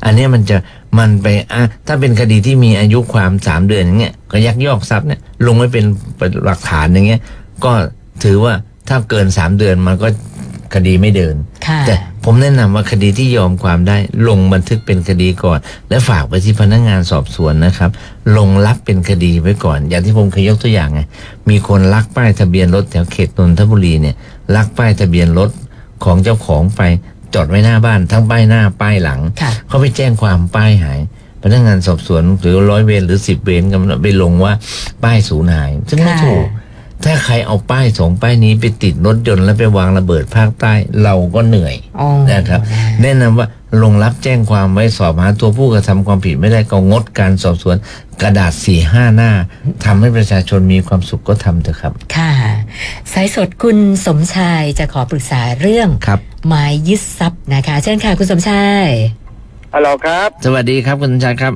Speaker 3: อันเนี้ยมันจะมันไปอ่ะถ้าเป็นคดีที่มีอายุความสามเดือนอย่างเงี้ยก็ยักยอกทรัพย์เนี่ยลงไว้เป็นหลักฐานอย่างเงี้ยก็ถือว่าถ้าเกินสามเดือนมันก็คดีไม่เดิน
Speaker 2: ค่ะ
Speaker 3: แต่ผมแนะนำว่าคดีที่ยอมความได้ลงบันทึกเป็นคดีก่อน และฝากไปที่พนักงานสอบสวนนะครับ ลงรับเป็นคดีไว้ก่อน อย่างที่ผมเคยยกตัวอย่างไงมีคนลักป้ายทะเบียนรถแถวเขตนนทบุรีเนี่ยลักป้ายทะเบียนรถของเจ้าของไปจอดไว้หน้าบ้านทั้งป้ายหน้าป้ายหลัง
Speaker 2: ค่ะ
Speaker 3: เขาไปแจ้งความป้ายหาย พนักงานสอบสวนหรือร้อยเวรหรือสิบเวรกำลังไปลงว่าป้ายสูญหาย ซึ่งไม่
Speaker 2: ค่ะ
Speaker 3: ถูก ถ้าใครเอาป้ายสองป้ายนี้ไปติดรถยนต์แล้วไปวางระเบิดภาคใต้ เราก็เหนื่อย
Speaker 2: อ๋อ
Speaker 3: นะครับ แนะนำว่าลงรับแจ้งความไว้สอบหาตัวผู้กระทำความผิดไม่ได้ก็งดการสอบสวนกระดาษสี่ห้าหน้าทำให้ประชาชนมีความสุขก็ทำเถอะครับ
Speaker 2: ค่ะ สายสดคุณสมชายจะขอปรึกษาเรื่อง
Speaker 3: ครับ
Speaker 2: หมายยึดทรัพย์นะคะ เชิญค่ะคุณสมชาย
Speaker 4: ฮัลโหลครับ
Speaker 3: สวัสดีครับคุณชัยครับ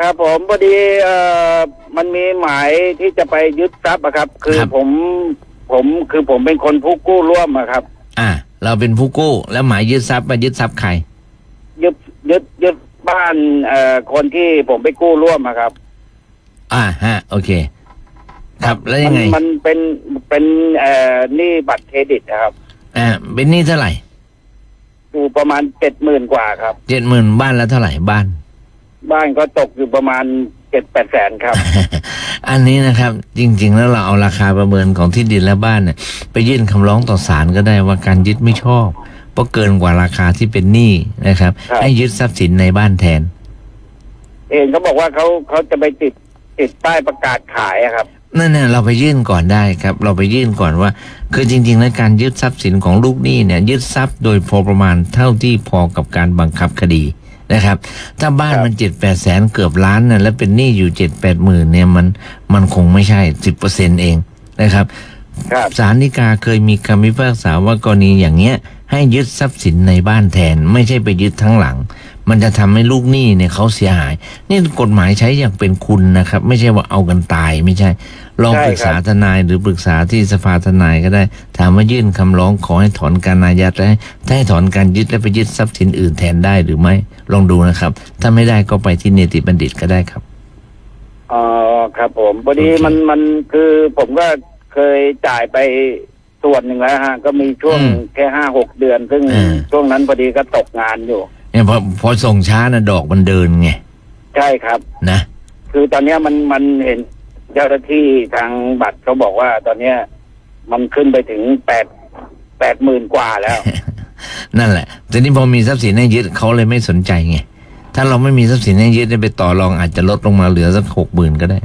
Speaker 4: ครับผมพอดีเอ่อมันมีหมายที่จะไปยึดทรัพย์อะครับ คือ
Speaker 3: ครับ
Speaker 4: ผมผมคือผมเป็นคนผู้กู้ร่วมอะครับ
Speaker 3: อ่า เราเป็นผู้กู้แล้วหมายยึดทรัพย์มายึดทรัพย์ใคร
Speaker 4: ยึดยึดยึดบ้านเอ่อคนที่ผมไปกู้ร่วมอะครับ
Speaker 3: อ่าฮะ โอเค ครับแล้ว
Speaker 4: มั
Speaker 3: ยังไง
Speaker 4: มันเป็นเป็นเอ่อหนี้บัตรเครดิตนะครับ
Speaker 3: อ่าเป็นหนี้เท่าไหร่
Speaker 4: อยู่ประมาณเจ็ดหมื่นกว่าครับ
Speaker 3: เจ็ดหมื่นบ้านแล้วเท่าไหร่บ้าน
Speaker 4: บ้านก็ตกอยู่ประมาณเจ็ดแปดแสนครับ
Speaker 3: อันนี้นะครับจริง ๆ แล้วเราเอาราคาประเมินของที่ดินและบ้านเนี่ยไปยื่นคำร้องต่อศาลก็ได้ว่าการยึดไม่ชอบเพราะเกินกว่าราคาที่เป็นหนี้นะครับ
Speaker 4: ครับ
Speaker 3: ให้ยึดทรัพย์สินในบ้านแทน
Speaker 4: เองเขาบอกว่าเขาเขาจะไปติดติดป้ายประกาศขายอะครับ
Speaker 3: นั่นเนี่ยเราไปยื่นก่อนได้ครับ เราไปยื่นก่อนว่า คือจริงๆแล้วการยึดทรัพย์สินของลูกหนี้เนี่ยยึดทรัพย์โดยพอประมาณเท่าที่พอกับการบังคับคดีนะครับ ถ้าบ้าน
Speaker 4: ครับ
Speaker 3: มันเจ็ดแปดแสนเกือบล้านน่ะแล้วเป็นหนี้อยู่เจ็ดแปดหมื่นเนี่ยมันมันคงไม่ใช่สิบเปอร์เซ็นเองนะครับ
Speaker 4: ครับ
Speaker 3: ศาลฎีกาเคยมีคำพิพากษาว่ากรณีอย่างเนี้ย ให้ยึดทรัพย์สินในบ้านแทน ไม่ใช่ไปยึดทั้งหลัง มันจะทำให้ลูกหนี้เนี่ยเขาเสียหาย นี่กฎหมายใช้อย่างเป็นคุณนะครับ ไม่ใช่ว่าเอากันตายไม่ใช่ ลอง
Speaker 4: ใช่
Speaker 3: ปรึกษา
Speaker 4: ครับ
Speaker 3: ทนายหรือปรึกษาที่สภาทนายก็ได้ ถามว่ายื่นคำร้องขอให้ถอนการอายัดและให้ถ้าให้ถอนการยึดและไปยึดทรัพย์สินอื่นแทนได้หรือไม่ลองดูนะครับ ถ้าไม่ได้ก็ไปที่เนติบัณฑิตก็ได้ครับ
Speaker 4: อ๋อครับผมพอดี
Speaker 3: โอเค
Speaker 4: มันมันคือผมก็เคยจ่ายไปส่วนหนึ่งแล้วฮะ ก็มีช่วง
Speaker 3: อืม
Speaker 4: แค่ห้าหกเดือน ซึ่ง
Speaker 3: อ่า
Speaker 4: ช่วงนั้นพอดีก็ตกงานอยู่
Speaker 3: เนี่ยพอพอส่งช้านะดอกมันเดินไง
Speaker 4: ใช่ครับ
Speaker 3: นะ
Speaker 4: คือตอนเนี้ยมันมันเห็นเจ้าหน้าที่ทางบัตรเขาบอกว่า ตอนเนี้ยมันขึ้นไปถึงแปดแปดหมื่นกว่าแล้ว
Speaker 3: นั่นแหละ แต่นี่พอมีทรัพย์สินให้ยึดเขาเลยไม่สนใจไง ถ้าเราไม่มีทรัพย์สินให้ยึดเนี่ยไปต่อรองอาจจะลดลงมาเหลือสักหกหมื่นก็ได้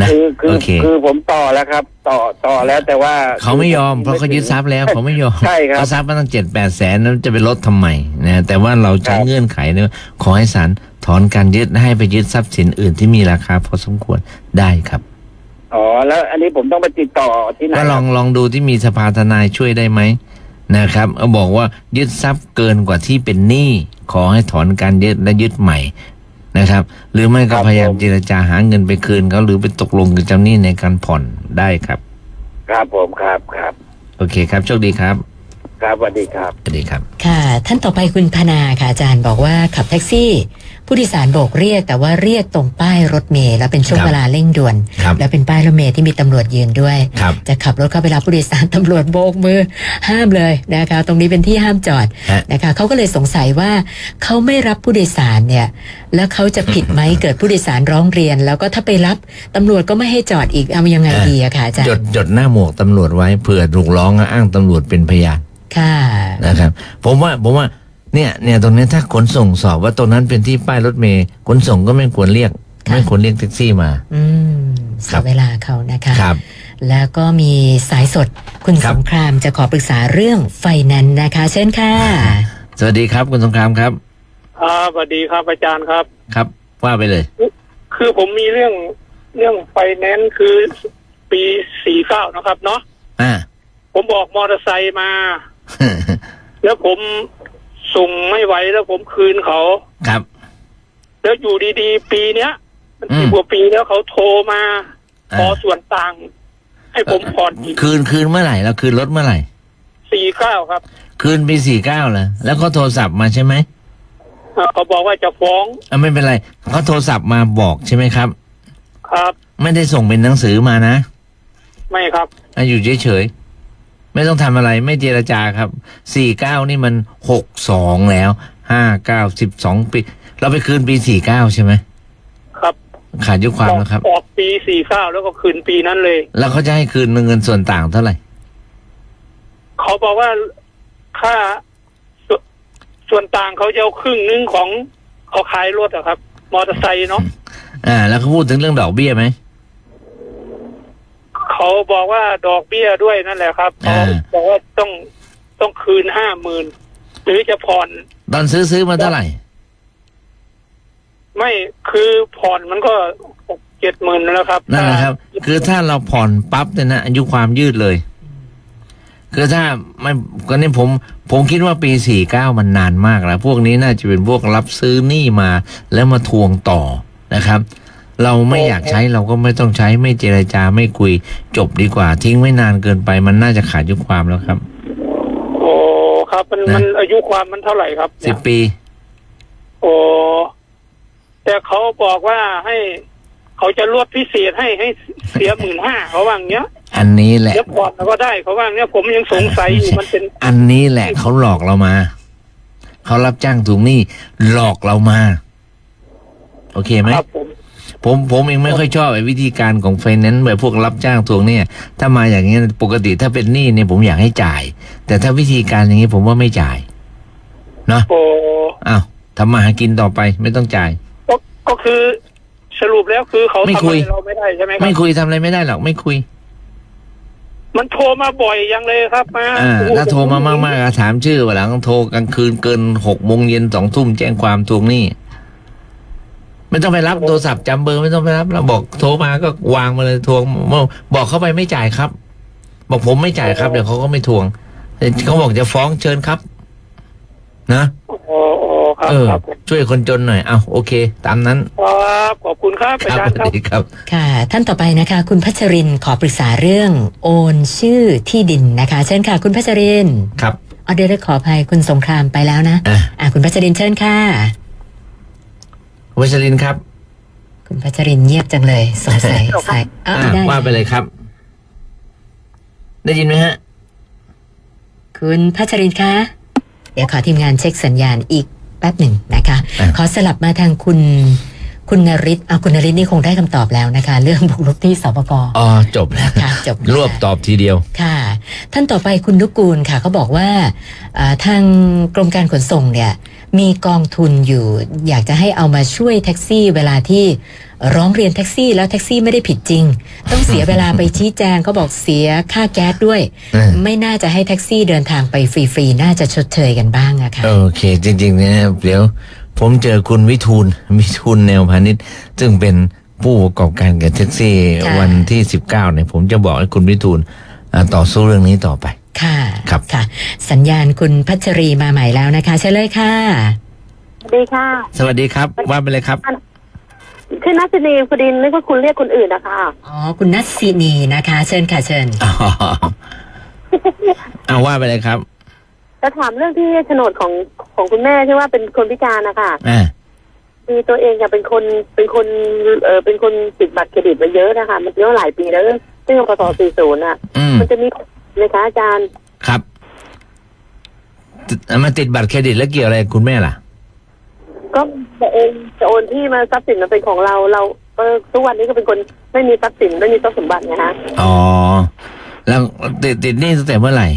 Speaker 3: นะ
Speaker 4: คือคื
Speaker 3: โอ
Speaker 4: อ
Speaker 3: เค
Speaker 4: คือผมต่อแล้วครับ ต่อต่อแล้วแต่ว่า
Speaker 3: เขาไม่ยอมเพราะเขายึดทรัพย์แล้วเขาไม่ยอม
Speaker 4: ใช่ครับ
Speaker 3: เขาทรัพย์มาตั้งเจ็ดแปดแสนแล้วจะไปลดทำไมนะแต่ว่าเราใช้
Speaker 4: ครับ
Speaker 3: เงื่อนไขเนี่ยว่าขอให้ศาลถอนการยึดและให้ไปยึดทรัพย์สินอื่นที่มีราคาพอสมควรได้ครับ
Speaker 4: อ๋อแล้ว อันนี้ผมต้องไปติดต่อที่ไหน
Speaker 3: ก็
Speaker 4: ค
Speaker 3: ล
Speaker 4: รั
Speaker 3: อบ งลองดูที่มีสภาทนายช่วยได้ไหมนะครับเอาบอกว่ายึดทรัพย์เกินกว่าที่เป็นหนี้ขอให้ถอนการยึดและยึดใหม่นะครับ หรือไม่
Speaker 4: ครั
Speaker 3: ก็
Speaker 4: บ
Speaker 3: พยายาม
Speaker 4: ผม
Speaker 3: เจรจาหาเงินไปคืนเขาหรือไปตกลงกับเจ้าหนี้ในการผ่อนได้ครับ
Speaker 4: ครับผมครับครับ
Speaker 3: โอเคครับโชคดีครับ
Speaker 4: ครับสวัสดีครับ
Speaker 3: สวัสดีครับ
Speaker 2: ค่ะ ท่านต่อไปคุณธนาค่ะอาจารย์บอกว่าขับแท็กซี่ ผู้โดยสารโบกเรียกแต่ว่าเรียกตรงป้ายรถเมล์แล้วเป็นช่วง
Speaker 3: ครับ
Speaker 2: เวลาเร่งด่วน
Speaker 3: ครับ
Speaker 2: แล้วเป็นป้ายรถเมล์ที่มีตำรวจยืนด้วย
Speaker 3: ครับ
Speaker 2: จะขับรถเข้าไปรับผู้โดยสารตำรวจโบกมือ ห้ามเลยนะคะ ตรงนี้เป็นที่ห้ามจอด
Speaker 3: ฮะ
Speaker 2: นะคะเขาก็เลยสงสัยว่าเขาไม่รับผู้โดยสารเนี่ย แล้วเขาจะผิดไหม เกิดผู้โดยสารร้องเรียน แล้วก็ถ้าไปรับตำรวจก็ไม่ให้จอดอีกเอายังไงดีอะค่ะอาจาร
Speaker 3: จด
Speaker 2: ย์
Speaker 3: จดหน้าหมวกตำรวจไว้เผื่อถูกร้องอ้างตำรวจเป็นพยาน
Speaker 2: ค่ะ
Speaker 3: นะครับผมว่าผมว่าเนี่ยเนี่ยตรงเนี้ยถ้าขนส่งสอบว่าตรงนั้นเป็นที่ป้ายรถเมย์ขนส่งก็ไม่ควรเรียก
Speaker 2: ค่ะ
Speaker 3: ไม่ควรเรียกแท็กซี่มา
Speaker 2: อืมเสี
Speaker 3: ครั
Speaker 2: ย
Speaker 3: บ
Speaker 2: เวลาเขานะคะ
Speaker 3: ครับ
Speaker 2: แล้วก็มีสายสดคุณ
Speaker 3: ครั
Speaker 2: ส
Speaker 3: บ
Speaker 2: งครามจะขอปรึกษาเรื่องไฟแนนซ์นะคะ เช่นค่ะ
Speaker 3: สวัสดีครับคุณสงครามครับ
Speaker 5: อ่าสวัสดีครับอาจารย์ครับ
Speaker 3: ครับ ว่าไปเลย
Speaker 5: คือผมมีเรื่องเรื่องไฟแนนซ์คือปีสี่เก้านะครับเนาะ
Speaker 3: อ่า
Speaker 5: ผมออกมอเตอร์ไซค์มา แล้วผมส่งไม่ไหวแล้วผมคืนเขา
Speaker 3: ครับ
Speaker 5: แล้วอยู่ดีๆ ปีเนี้ย มัน
Speaker 3: อื
Speaker 5: สิบ
Speaker 3: ม
Speaker 5: กว่าปีแล้วเขาโทรมา
Speaker 3: อ่า
Speaker 5: ขอส่วนต่าง ให้ผมผ่อนอีก
Speaker 3: คืนคืนเมื่อไหร่เราคืนรถเมื่อไหร่
Speaker 5: สี่เก้าครับ
Speaker 3: คืนปีสี่เก้าเหรอแล้วเขาโทรศัพท์มาใช่ไหม
Speaker 5: อ่าเขาบอกว่าจะฟ้อง
Speaker 3: อ่ะไม่เป็นไรเขาโทรศัพท์มาบอกใช่ไหมครับ
Speaker 5: ครับ
Speaker 3: ไม่ได้ส่งเป็นหนังสือมานะ
Speaker 5: ไม่ครับ
Speaker 3: อ่ะอยู่เฉยๆ ไม่ต้องทำอะไรไม่เจรจาครับสี่เก้านี่มันหกสองแล้วห้าเก้าสิบสองปี เราไปคืนปีสี่เก้าใช่ไหม
Speaker 5: ครับ
Speaker 3: ขาดยุความ
Speaker 5: ออก
Speaker 3: แล้วครับ
Speaker 5: ออกปีสี่เก้าแล้วก็คืนปีนั้นเลย
Speaker 3: แล้วเขาจะให้คืนเงินส่วนต่างเท่าไหร่
Speaker 5: เขาบอกว่าค่าสส่วนต่างเขาจะเอาครึ่งหนึงของเขาขายรถอะครับ มอเตอร์ไซค์เนาะ
Speaker 3: อ่า แล้วเขาพูดถึงเรื่องดอกเบี้ยไหม
Speaker 5: เขาบอกว่าดอกเบี้ยด้วยนั่นแหละครับเขา
Speaker 3: อ่า
Speaker 5: บอกว่าต้องต้องคืนห้าหมื่นหรือจะผ่อน
Speaker 3: ตอนซื้อซื้อมาเท่าไหร่
Speaker 5: ไม่คือผ่อนมันก็หกเจ็ดหมื่นแล้วครับ
Speaker 3: นั่นแหละครับ คือถ้าเราผ่อนปั๊บเนี่ยนะอายุความยืดเลย คือถ้าไม่ก็นี่ผม ผมคิดว่าปีสี่เก้ามันนานมากแล้ว พวกนี้น่าจะเป็นพวกรับซื้อหนี้มาแล้วมาทวงต่อนะครับ เราไม่อยากใช้เราก็ไม่ต้องใช้ไม่เจรจาไม่คุยจบดีกว่า ทิ้งไว้นานเกินไป มันน่าจะขาดอายุความแล้วครับ
Speaker 5: โอ้ครับ มัน
Speaker 3: นะ
Speaker 5: มันอายุความมันเท่าไหร่ครับ
Speaker 3: สิบ
Speaker 5: เนี่ย
Speaker 3: ปี
Speaker 5: โอ้แต่เขาบอกว่าให้ เขาจะลดพิเศษให้ให้เสียหมื่นห้าเขาว่าอย่างเงี้ย
Speaker 3: อันนี้แหละ
Speaker 5: เดี๋ยวผ่อนก็ได้เขาว่าอย่างเงี้ยผมยังสงสัยอยู่มันเป็น
Speaker 3: อันนี้แหละเขาหลอกเรามา เขารับจ้างทวงหนี้หลอกเรามา โอเคไหม
Speaker 5: ครับผม
Speaker 3: ผมผมเองไม่ค่อยชอบไอ้วิธีการของไฟแนนซ์แบบพวกรับจ้างทวงเนี่ย ถ้ามาอย่างเงี้ยปกติถ้าเป็นหนี้เนี่ยผมอยากให้จ่าย แต่ถ้าวิธีการอย่างนี้ผมว่าไม่จ่ายเนาะ
Speaker 5: โอ้
Speaker 3: อ้าวทำมาหากินต่อไปไม่ต้องจ่าย
Speaker 5: ก็ก็คือสรุปแล้วคือเขา
Speaker 3: ไม่
Speaker 5: ทำ
Speaker 3: คุ
Speaker 5: อะ
Speaker 3: ย
Speaker 5: ไรเราไม่ได้ใช่ไหมครับ
Speaker 3: ไม่คุยทำอะไรไม่ได้หรอกไม่คุย
Speaker 5: มันโทรมาบ่อยยังเลยครับมา
Speaker 3: อ่าถ้าโทรมามากๆอ่ะถามชื่อวันหลังโทรกลางคืนเกินหกโมงเย็นสองทุ่มแจ้งความทวงหนี้ ไม่ต้องไปรับโทรศัพท์จำเบอร์ไม่ต้องไปรับเราบอกโทรมาก็วางมาเลยทวงบอกเข้าไปไม่จ่ายครับ บอกผมไม่จ่ายครับเดี๋ยวเขาก็ไม่ทวงแต่เขาบอกจะฟ้องเชิญครับ นะ
Speaker 5: โอ้โอ้ครับ
Speaker 3: เออ
Speaker 5: ครับผม
Speaker 3: ช่วยคนจนหน่อยเอาโอเค ตามนั้น
Speaker 5: ครับขอบคุณครับอา
Speaker 3: ครับ
Speaker 5: จา
Speaker 3: ส
Speaker 5: รย์ค
Speaker 3: วั
Speaker 5: รับ
Speaker 3: สดีครับ
Speaker 2: ค่ะ ท่านต่อไปนะคะ คุณพัชรินขอปรึกษาเรื่องโอนชื่อที่ดินนะคะ เชิญค่ะ คุณพัชริน
Speaker 3: ครับ
Speaker 2: เอาเดี๋ยวได้ขออภัยคุณสงครามไปแล้วนะ
Speaker 3: อ่ะ
Speaker 2: อ่ะคุณพัชรินเชิญค่ะ
Speaker 3: วัชรินทร์ครับ
Speaker 2: คุณพัชรินเงียบจังเลยสงสัยสงสัยเอ้า
Speaker 3: อ่ะ
Speaker 2: ได้
Speaker 3: ว่าไปเลยครับ ได้ยินไหมฮะ
Speaker 2: คุณพัชรินคะเดี๋ยวขอทีมงานเช็คสัญญาณอีกแป๊บหนึ่งนะคะ
Speaker 3: อ่ะ
Speaker 2: ขอสลับมาทางคุณคุณนริศเอาคุณนริศนี่คงได้คำตอบแล้วนะคะ เรื่องบุกรุกที่สปก
Speaker 3: อ๋อจบแล้ว
Speaker 2: ค่ะจบแล้ว
Speaker 3: รวบตอบทีเดียว
Speaker 2: ค่ะ ท่านต่อไปคุณนุกูลค่ะเขาบอกว่าเอ่อทางกรมการขนส่งเนี่ย มีกองทุนอยู่ อยากจะให้เอามาช่วยแท็กซี่ เวลาที่ร้องเรียนแท็กซี่ แล้วแท็กซี่ไม่ได้ผิดจริง ต้องเสียเวลาไปชี้แจงเขาบอกเสียค่าแก๊สด้วย
Speaker 3: อืม
Speaker 2: ไม่น่าจะให้แท็กซี่เดินทางไปฟรีๆน่าจะชดเชยกันบ้างอะค่ะ
Speaker 3: โอเค จริงๆเนี่ยเดี๋ยว ผมเจอคุณวิทูล วิทูลแนวพาณิชย์ซึ่งเป็นผู้ประกอบการกับแท็กซี่
Speaker 2: ค่ะ
Speaker 3: วันที่ 19เนี่ยผมจะบอกให้คุณวิทูลอ่าต่อสู้เรื่องนี้ต่อไป
Speaker 2: ค่ะ
Speaker 3: ครับ
Speaker 2: ค่ะ สัญญาณคุณพัชรีมาใหม่แล้วนะคะเชิญเลยค่ะ
Speaker 6: สวัสดีค่ะ
Speaker 3: สวัสดีครับว่าไปเลย ครับ
Speaker 6: ชื่อนัชนีพอดีนึกว่าคุณเรียกคนอื่นนะคะ
Speaker 2: อ๋อคุณนัทซีนีนะคะ เชิญค่ะเชิญ
Speaker 3: อ๋อเอาว่าไปเลยครับ
Speaker 6: จะถามเรื่องที่โฉนดของของคุณแม่ที่ว่าเป็นคนพิการนะคะ
Speaker 3: อ่า
Speaker 6: มีตัวเองจะเป็นคนเป็นคนเออเป็นคนติดบัตรเครดิตมาเยอะนะคะ มันเยอะหลายปีแล้วซึ่งพศ40อ่ะ
Speaker 3: อืม
Speaker 6: มันจะมีนะคะอาจารย์
Speaker 3: ครับติดมาติดบัตรเครดิตแล้วเกี่ยวอะไรกับคุณแม่ล่ะ
Speaker 6: ก็ตัวเองจะโอนที่มาทรัพย์สินมาเป็นของเรา เราเออทุกวันนี้ก็เป็นคนไม่มีทรัพย์สินไม่มีทรัพย์สมบัตินะคะ
Speaker 3: อ๋อ แล้วติดติดหนี่ตั้งแต่เมื่อไหร่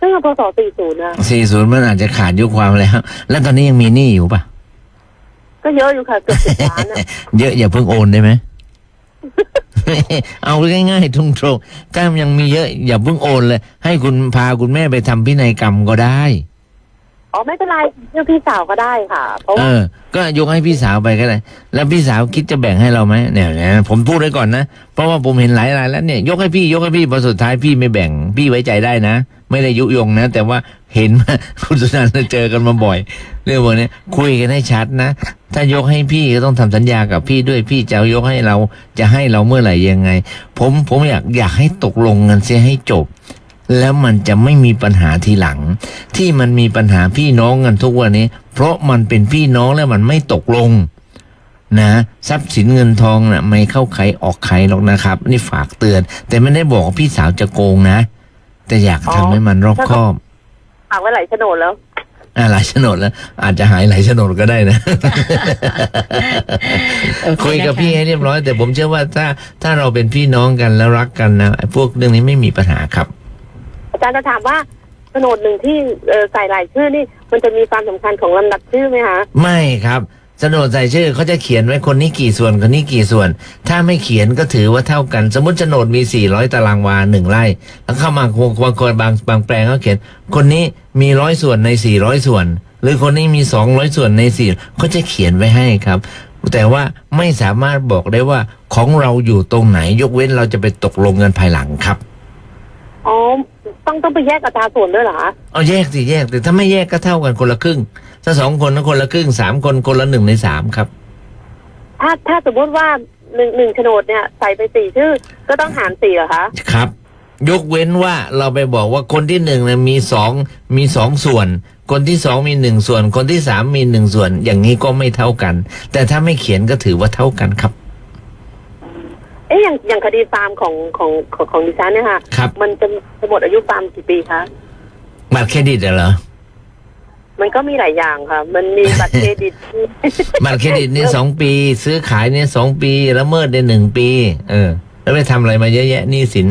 Speaker 6: ซึ่งพศ40นะ
Speaker 3: สี่ศูนย์มันอาจจะขาดอายุความแล้ว แล้วตอนนี้ยังมีหนี้อยู่ป่ะ
Speaker 6: ก็เยอะอยู่ค่ะเกือบสิบล้านอะ
Speaker 3: เยอะอย่าเพิ่งโอนได้ไหม เอาง่ายๆตรงๆถ้ายังมีเยอะ อย่าเพิ่งโอนเลย ให้คุณพาคุณแม่ไปทำพินัยกรรมก็ได้
Speaker 6: อ๋อไม่เป็นไรเรื่องพี่สาวก็ได้ค่ะ เพราะ
Speaker 3: เอ
Speaker 6: ว่า
Speaker 3: อ ก็ยกให้พี่สาวไปก็ได้ แล้วพี่สาวคิดจะแบ่งให้เราไหมเนี่ยเนี่ยผมพูดไว้ก่อนนะ เพราะว่าผมเห็นหลายรายแล้วเนี่ย ยกให้พี่ยกให้พี่พอสุดท้ายพี่ไม่แบ่ง พี่ไว้ใจได้นะ ไม่ได้ยุยงนะ แต่ว่าเห็น มา คุณสุนันท์เจอกันมาบ่อย เรื่องพวกนี้คุยกันให้ชัดนะ ถ้ายกให้พี่ก็ต้องทำสัญญากับพี่ด้วยพี่จะยกให้เราจะให้เราเมื่อไหร่ยังไง ผมผมอยากอยากให้ตกลงกันเสียให้จบ แล้วมันจะไม่มีปัญหาทีหลัง ที่มันมีปัญหาพี่น้องกันทุกวันนี้ เพราะมันเป็นพี่น้องแล้วมันไม่ตกลง นะทรัพย์สินเงินทองน่ะไม่เข้าใครออกใครหรอกนะครับ นี่ฝากเตือน แต่ไม่ได้บอกว่าพี่สาวจะโกงนะ แต่อยาก
Speaker 6: อ๋อ
Speaker 3: ทำให้มันรอบคอบ
Speaker 6: ฝากไว้หลายโฉนดแล้ว
Speaker 3: อ่าหลายโฉนดแล้ว อาจจะหายหลายโฉนดก็ได้นะ
Speaker 2: โอเ
Speaker 3: คุยกับ
Speaker 2: นะคะ
Speaker 3: พี่ให้เรียบร้อย แต่ผมเชื่อว่าถ้าถ้าเราเป็นพี่น้องกันแล้วรักกันนะไอ้พวกเรื่องนี้ไม่มีปัญหาครับ
Speaker 6: อาจารย์จะถามว่าโฉนดหนึ่งที่เอ่อใส่หลายชื่อนี่ มันจะมีความสำคัญของลำดับชื่อไหมคะ
Speaker 3: ไม่ครับ โฉนดใส่ชื่อเขาจะเขียนไว้คนนี้กี่ส่วนคนนี้กี่ส่วน ถ้าไม่เขียนก็ถือว่าเท่ากัน สมมติโฉนดมี 400 ตารางวาหนึ่งไร่ แล้วเข้ามาบางคนบางบางแปลงเขาเขียน คนนี้มีร้อยส่วนใน 400 ส่วน หรือคนนี้มี 200 ส่วนในสี่เขาจะเขียนไว้ให้ครับ แต่ว่าไม่สามารถบอกได้ว่าของเราอยู่ตรงไหนยกเว้นเราจะไปตกลงกันภายหลังครับ
Speaker 6: อ๋อต้องต้องไปแยกอัตราส่วนด้วยเหรอคะ
Speaker 3: เอาแยกสิแยกแต่ถ้าไม่แยกก็เท่ากันคนละครึ่ง ถ้าสองคนก็คนละครึ่งสามคนคนละหนึ่งในสามครับ
Speaker 6: ถ้าถ้าสมมติว่าหนึ่งหนึ่งโฉนดเนี่ยใส่ไปสี่ชื่อ ก็ต้องหารสี่เหรอคะ
Speaker 3: ครับ ยกเว้นว่าเราไปบอกว่าคนที่หนึ่งเนี่ยมีสองมีสองส่วน คนที่สองมีหนึ่งส่วน คนที่สามมีหนึ่งส่วน อย่างนี้ก็ไม่เท่ากัน แต่ถ้าไม่เขียนก็ถือว่าเท่ากันครับ
Speaker 6: เอ๊ะอย่างอย่างคดีฟาร์มของของของของดิฉันเนี่ยค่ะ
Speaker 3: ครับ
Speaker 6: มันจะจะหมดอายุฟาร์มกี่ปีคะ
Speaker 3: บัตรเครดิตเหรอ
Speaker 6: มันก็มีหลายอย่างค่ะ มันมีบัตรเครดิต
Speaker 3: บัตรเครดิตเนี่ยสองปี ซื้อขายเนี่ยสองปีละเมิดเนี่ยหนึ่งปี เออ แล้วไปทำอะไรมาเยอะแยะหนี้สิน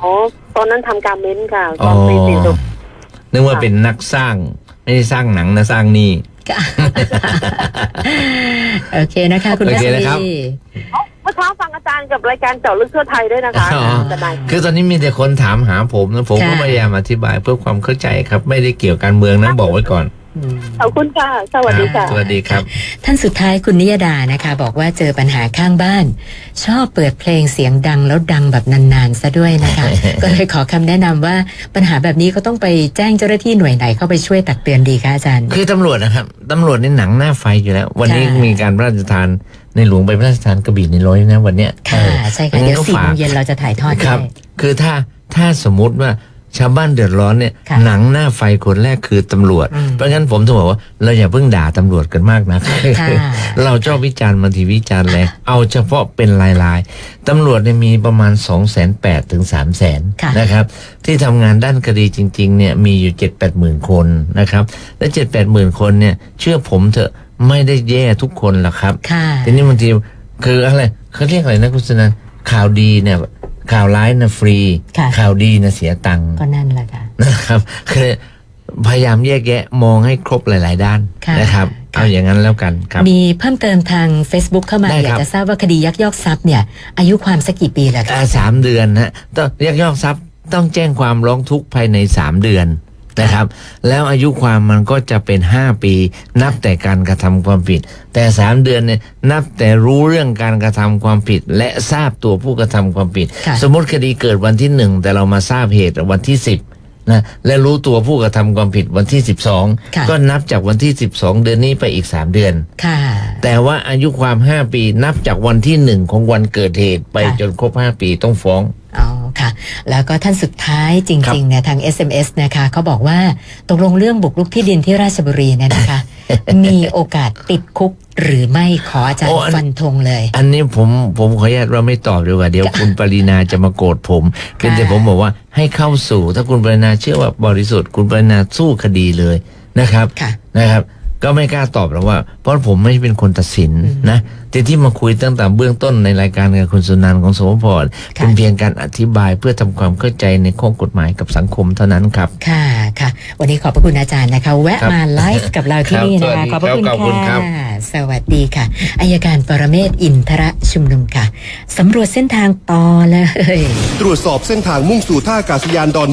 Speaker 6: อ๋อ ตอนนั้นทำการเม้นท์ค่ะต
Speaker 3: อ๋
Speaker 6: อ
Speaker 3: อน
Speaker 6: ปีสี่สิบ
Speaker 3: นึกว่าเป็นนักสร้าง ไม่ได้สร้างหนังนะสร้างหนี้
Speaker 2: โอเคนะคะ คุณ
Speaker 3: โอ
Speaker 2: รั
Speaker 3: เค
Speaker 2: ศ
Speaker 3: นะ
Speaker 2: มี
Speaker 3: ครับ
Speaker 6: เมื่อเช้าฟังอาจารย์กับรายการเจาะลึกทั่วไทยด้วยนะคะ
Speaker 3: อ๋อ
Speaker 6: จะได้
Speaker 3: คือตอนนี้มีแต่คนถามหาผมนะผมก็
Speaker 2: ค่ะ
Speaker 3: พยายามอธิบายเพื่อความเข้าใจครับ ไม่ได้เกี่ยวการเมืองนะบอกไว้ก่อน
Speaker 2: อืม
Speaker 6: ขอบคุณค่ะ สวัสดีค่ะ
Speaker 3: สวัสดีครับ
Speaker 2: ท่านสุดท้ายคุณนิยดานะคะ บอกว่าเจอปัญหาข้างบ้าน ชอบเปิดเพลงเสียงดังแล้วดังแบบนานๆซะด้วยนะคะ ก็เลยขอคำแนะนำว่าปัญหาแบบนี้ก็ต้องไปแจ้งเจ้าหน้าที่หน่วยไหนเข้าไปช่วยตักเตือนดีคะอาจารย์
Speaker 3: คือตำรวจนะครับตำรวจในหนังหน้าไฟอยู่แล้ว วันนี้
Speaker 2: ค่ะ
Speaker 3: มีการพระราชทานในหลวงไปพระราชทานกระบี่ในร้อยนะวันเนี้ย
Speaker 2: ค่ะใช่ค่ะเดี๋ยวสี่โมงเย็นเราจะถ่ายทอด
Speaker 3: ค
Speaker 2: ให้
Speaker 3: รับ คือถ้าถ้าสมมติว่าชาวบ้านเดือดร้อนเนี่ย
Speaker 2: ค่ะ
Speaker 3: หนังหน้าไฟคนแรกคือตำรวจ
Speaker 2: อืม
Speaker 3: เพราะงั้นผมถึงบอกว่าเราอย่าเพิ่งด่าตำรวจกัน มากนะ
Speaker 2: ค่ะ
Speaker 3: เราชอบวิจารณ์บางทีวิจารณ์แรงเอาเฉพาะเป็นลายๆตำรวจเนี่ยมีประมาณ 2 8 0 0 0ถึง3 0 0 0 0
Speaker 2: ค่ะ
Speaker 3: นะครับที่ทำงานด้านคดีจริงๆเนี่ยมีอยู่7 8 0 0 0 0 คนนะครับและ7 8 0 0 0 คนเนี่ยเชื่อผมเถอะไม่ได้แย่ทุกคนหรอกครับ
Speaker 2: ค่ะ
Speaker 3: ทีนี้บางทีคืออะไรเขาเรียกอะไรนะคุณสนันข่าวดีเนี่ยข่าวร้ายนะฟรี
Speaker 2: ค่ะ
Speaker 3: ข่าวดีนะเสียตังค์
Speaker 2: ก็นั่นแหละค่ะ
Speaker 3: นะครับคือพยายามแยกแยะมองให้ครบหลาย ๆ ด้าน
Speaker 2: ค่ะ
Speaker 3: นะครับ
Speaker 2: ค่ะ
Speaker 3: เอาอย่างนั้นแล้วกันครับ
Speaker 2: มีเพิ่มเติมทาง Facebook เข้ามา
Speaker 3: ได้
Speaker 2: อยาก
Speaker 3: ครับ
Speaker 2: จะทราบว่าคดียักยอกทรัพย์เนี่ย อายุความสักกี่ปีแล้วคะ
Speaker 3: อ่าสามเดือนนะฮะต้องเรียกยอกทรัพย์ต้องแจ้งความร้องทุกข์ภายในสามเดือนนะครับ แล้วอายุความมันก็จะเป็นห้าปี นับแต่การกระทำความผิด แต่สามเดือนเนี่ยนับแต่รู้เรื่องการกระทำความผิด และทราบตัวผู้กระทำความผิด
Speaker 2: ค่ะ
Speaker 3: สมมติคดีเกิดวันที่หนึ่งแต่เรามาทราบเหตุวันที่สิบนะและรู้ตัวผู้กระทำความผิดวันที่สิบสองก็นับจากวันที่สิบสองเดือนนี้ไปอีกสามเดือน
Speaker 2: ค่ะ
Speaker 3: แต่ว่าอายุความ 5 ปีนับจากวันที่หนึ่งของวันเกิดเหตุไป
Speaker 2: ค่ะ
Speaker 3: จนครบ 5 ปีต้องฟ้อง
Speaker 2: อ๋อค่ะ แล้วก็ท่านสุดท้ายจริงๆเนี่ยทาง SMS นะคะเขาบอกว่าตกลงเรื่องบุกรุกที่ดินที่ราชบุรีเนี่ยนะคะ มีโอกาสติดคุกหรือไม่ขออาจาร
Speaker 3: โอ้
Speaker 2: ย์
Speaker 3: อัน
Speaker 2: ฟันธงเลย
Speaker 3: อันนี้ผมผมขออนุญาตว่าไม่ตอบดีกว่าเดี๋ยวคุณปรินาจะมาโกรธผมเพียงแต่ผมบอกว่าให้เข้าสู่ ถ้าคุณปรินาเชื่อว่าบริสุทธิ์คุณปรินาสู้คดีเลยนะครับ
Speaker 2: ค่ะ
Speaker 3: นะครับ ก็ไม่กล้าตอบหรอกว่า เพราะผมไม่เป็นคนตัดสินนะแต่ที่มาคุยตั้งแต่เบื้องต้นในรายการกับคุณสุนันท์ของสมพร
Speaker 2: ค่ะ
Speaker 3: เป็นเพียงการอธิบายเพื่อทำความเข้าใจในข้อกฎหมายกับสังคมเท่านั้นครับ
Speaker 2: ค่ะค่ะ วันนี้ขอบพระคุณอาจารย์นะคะ แวะ
Speaker 3: ครับ
Speaker 2: มาไลฟ์กับเราที่
Speaker 3: ครับ
Speaker 2: นี่นะ
Speaker 3: สวั
Speaker 2: คะ
Speaker 3: สดี
Speaker 2: ขอบพระคุณ
Speaker 3: ครับขอบคุณครั
Speaker 2: ค่ะ
Speaker 3: บ
Speaker 2: สวัสดีค่ะอายการปรเมศวร์อินทระชุมนุมค่ะสำรวจเส้นทางต่อเลย
Speaker 7: ตรวจสอบเส้นทางมุ่งสู่ท่าอากาศยานดอน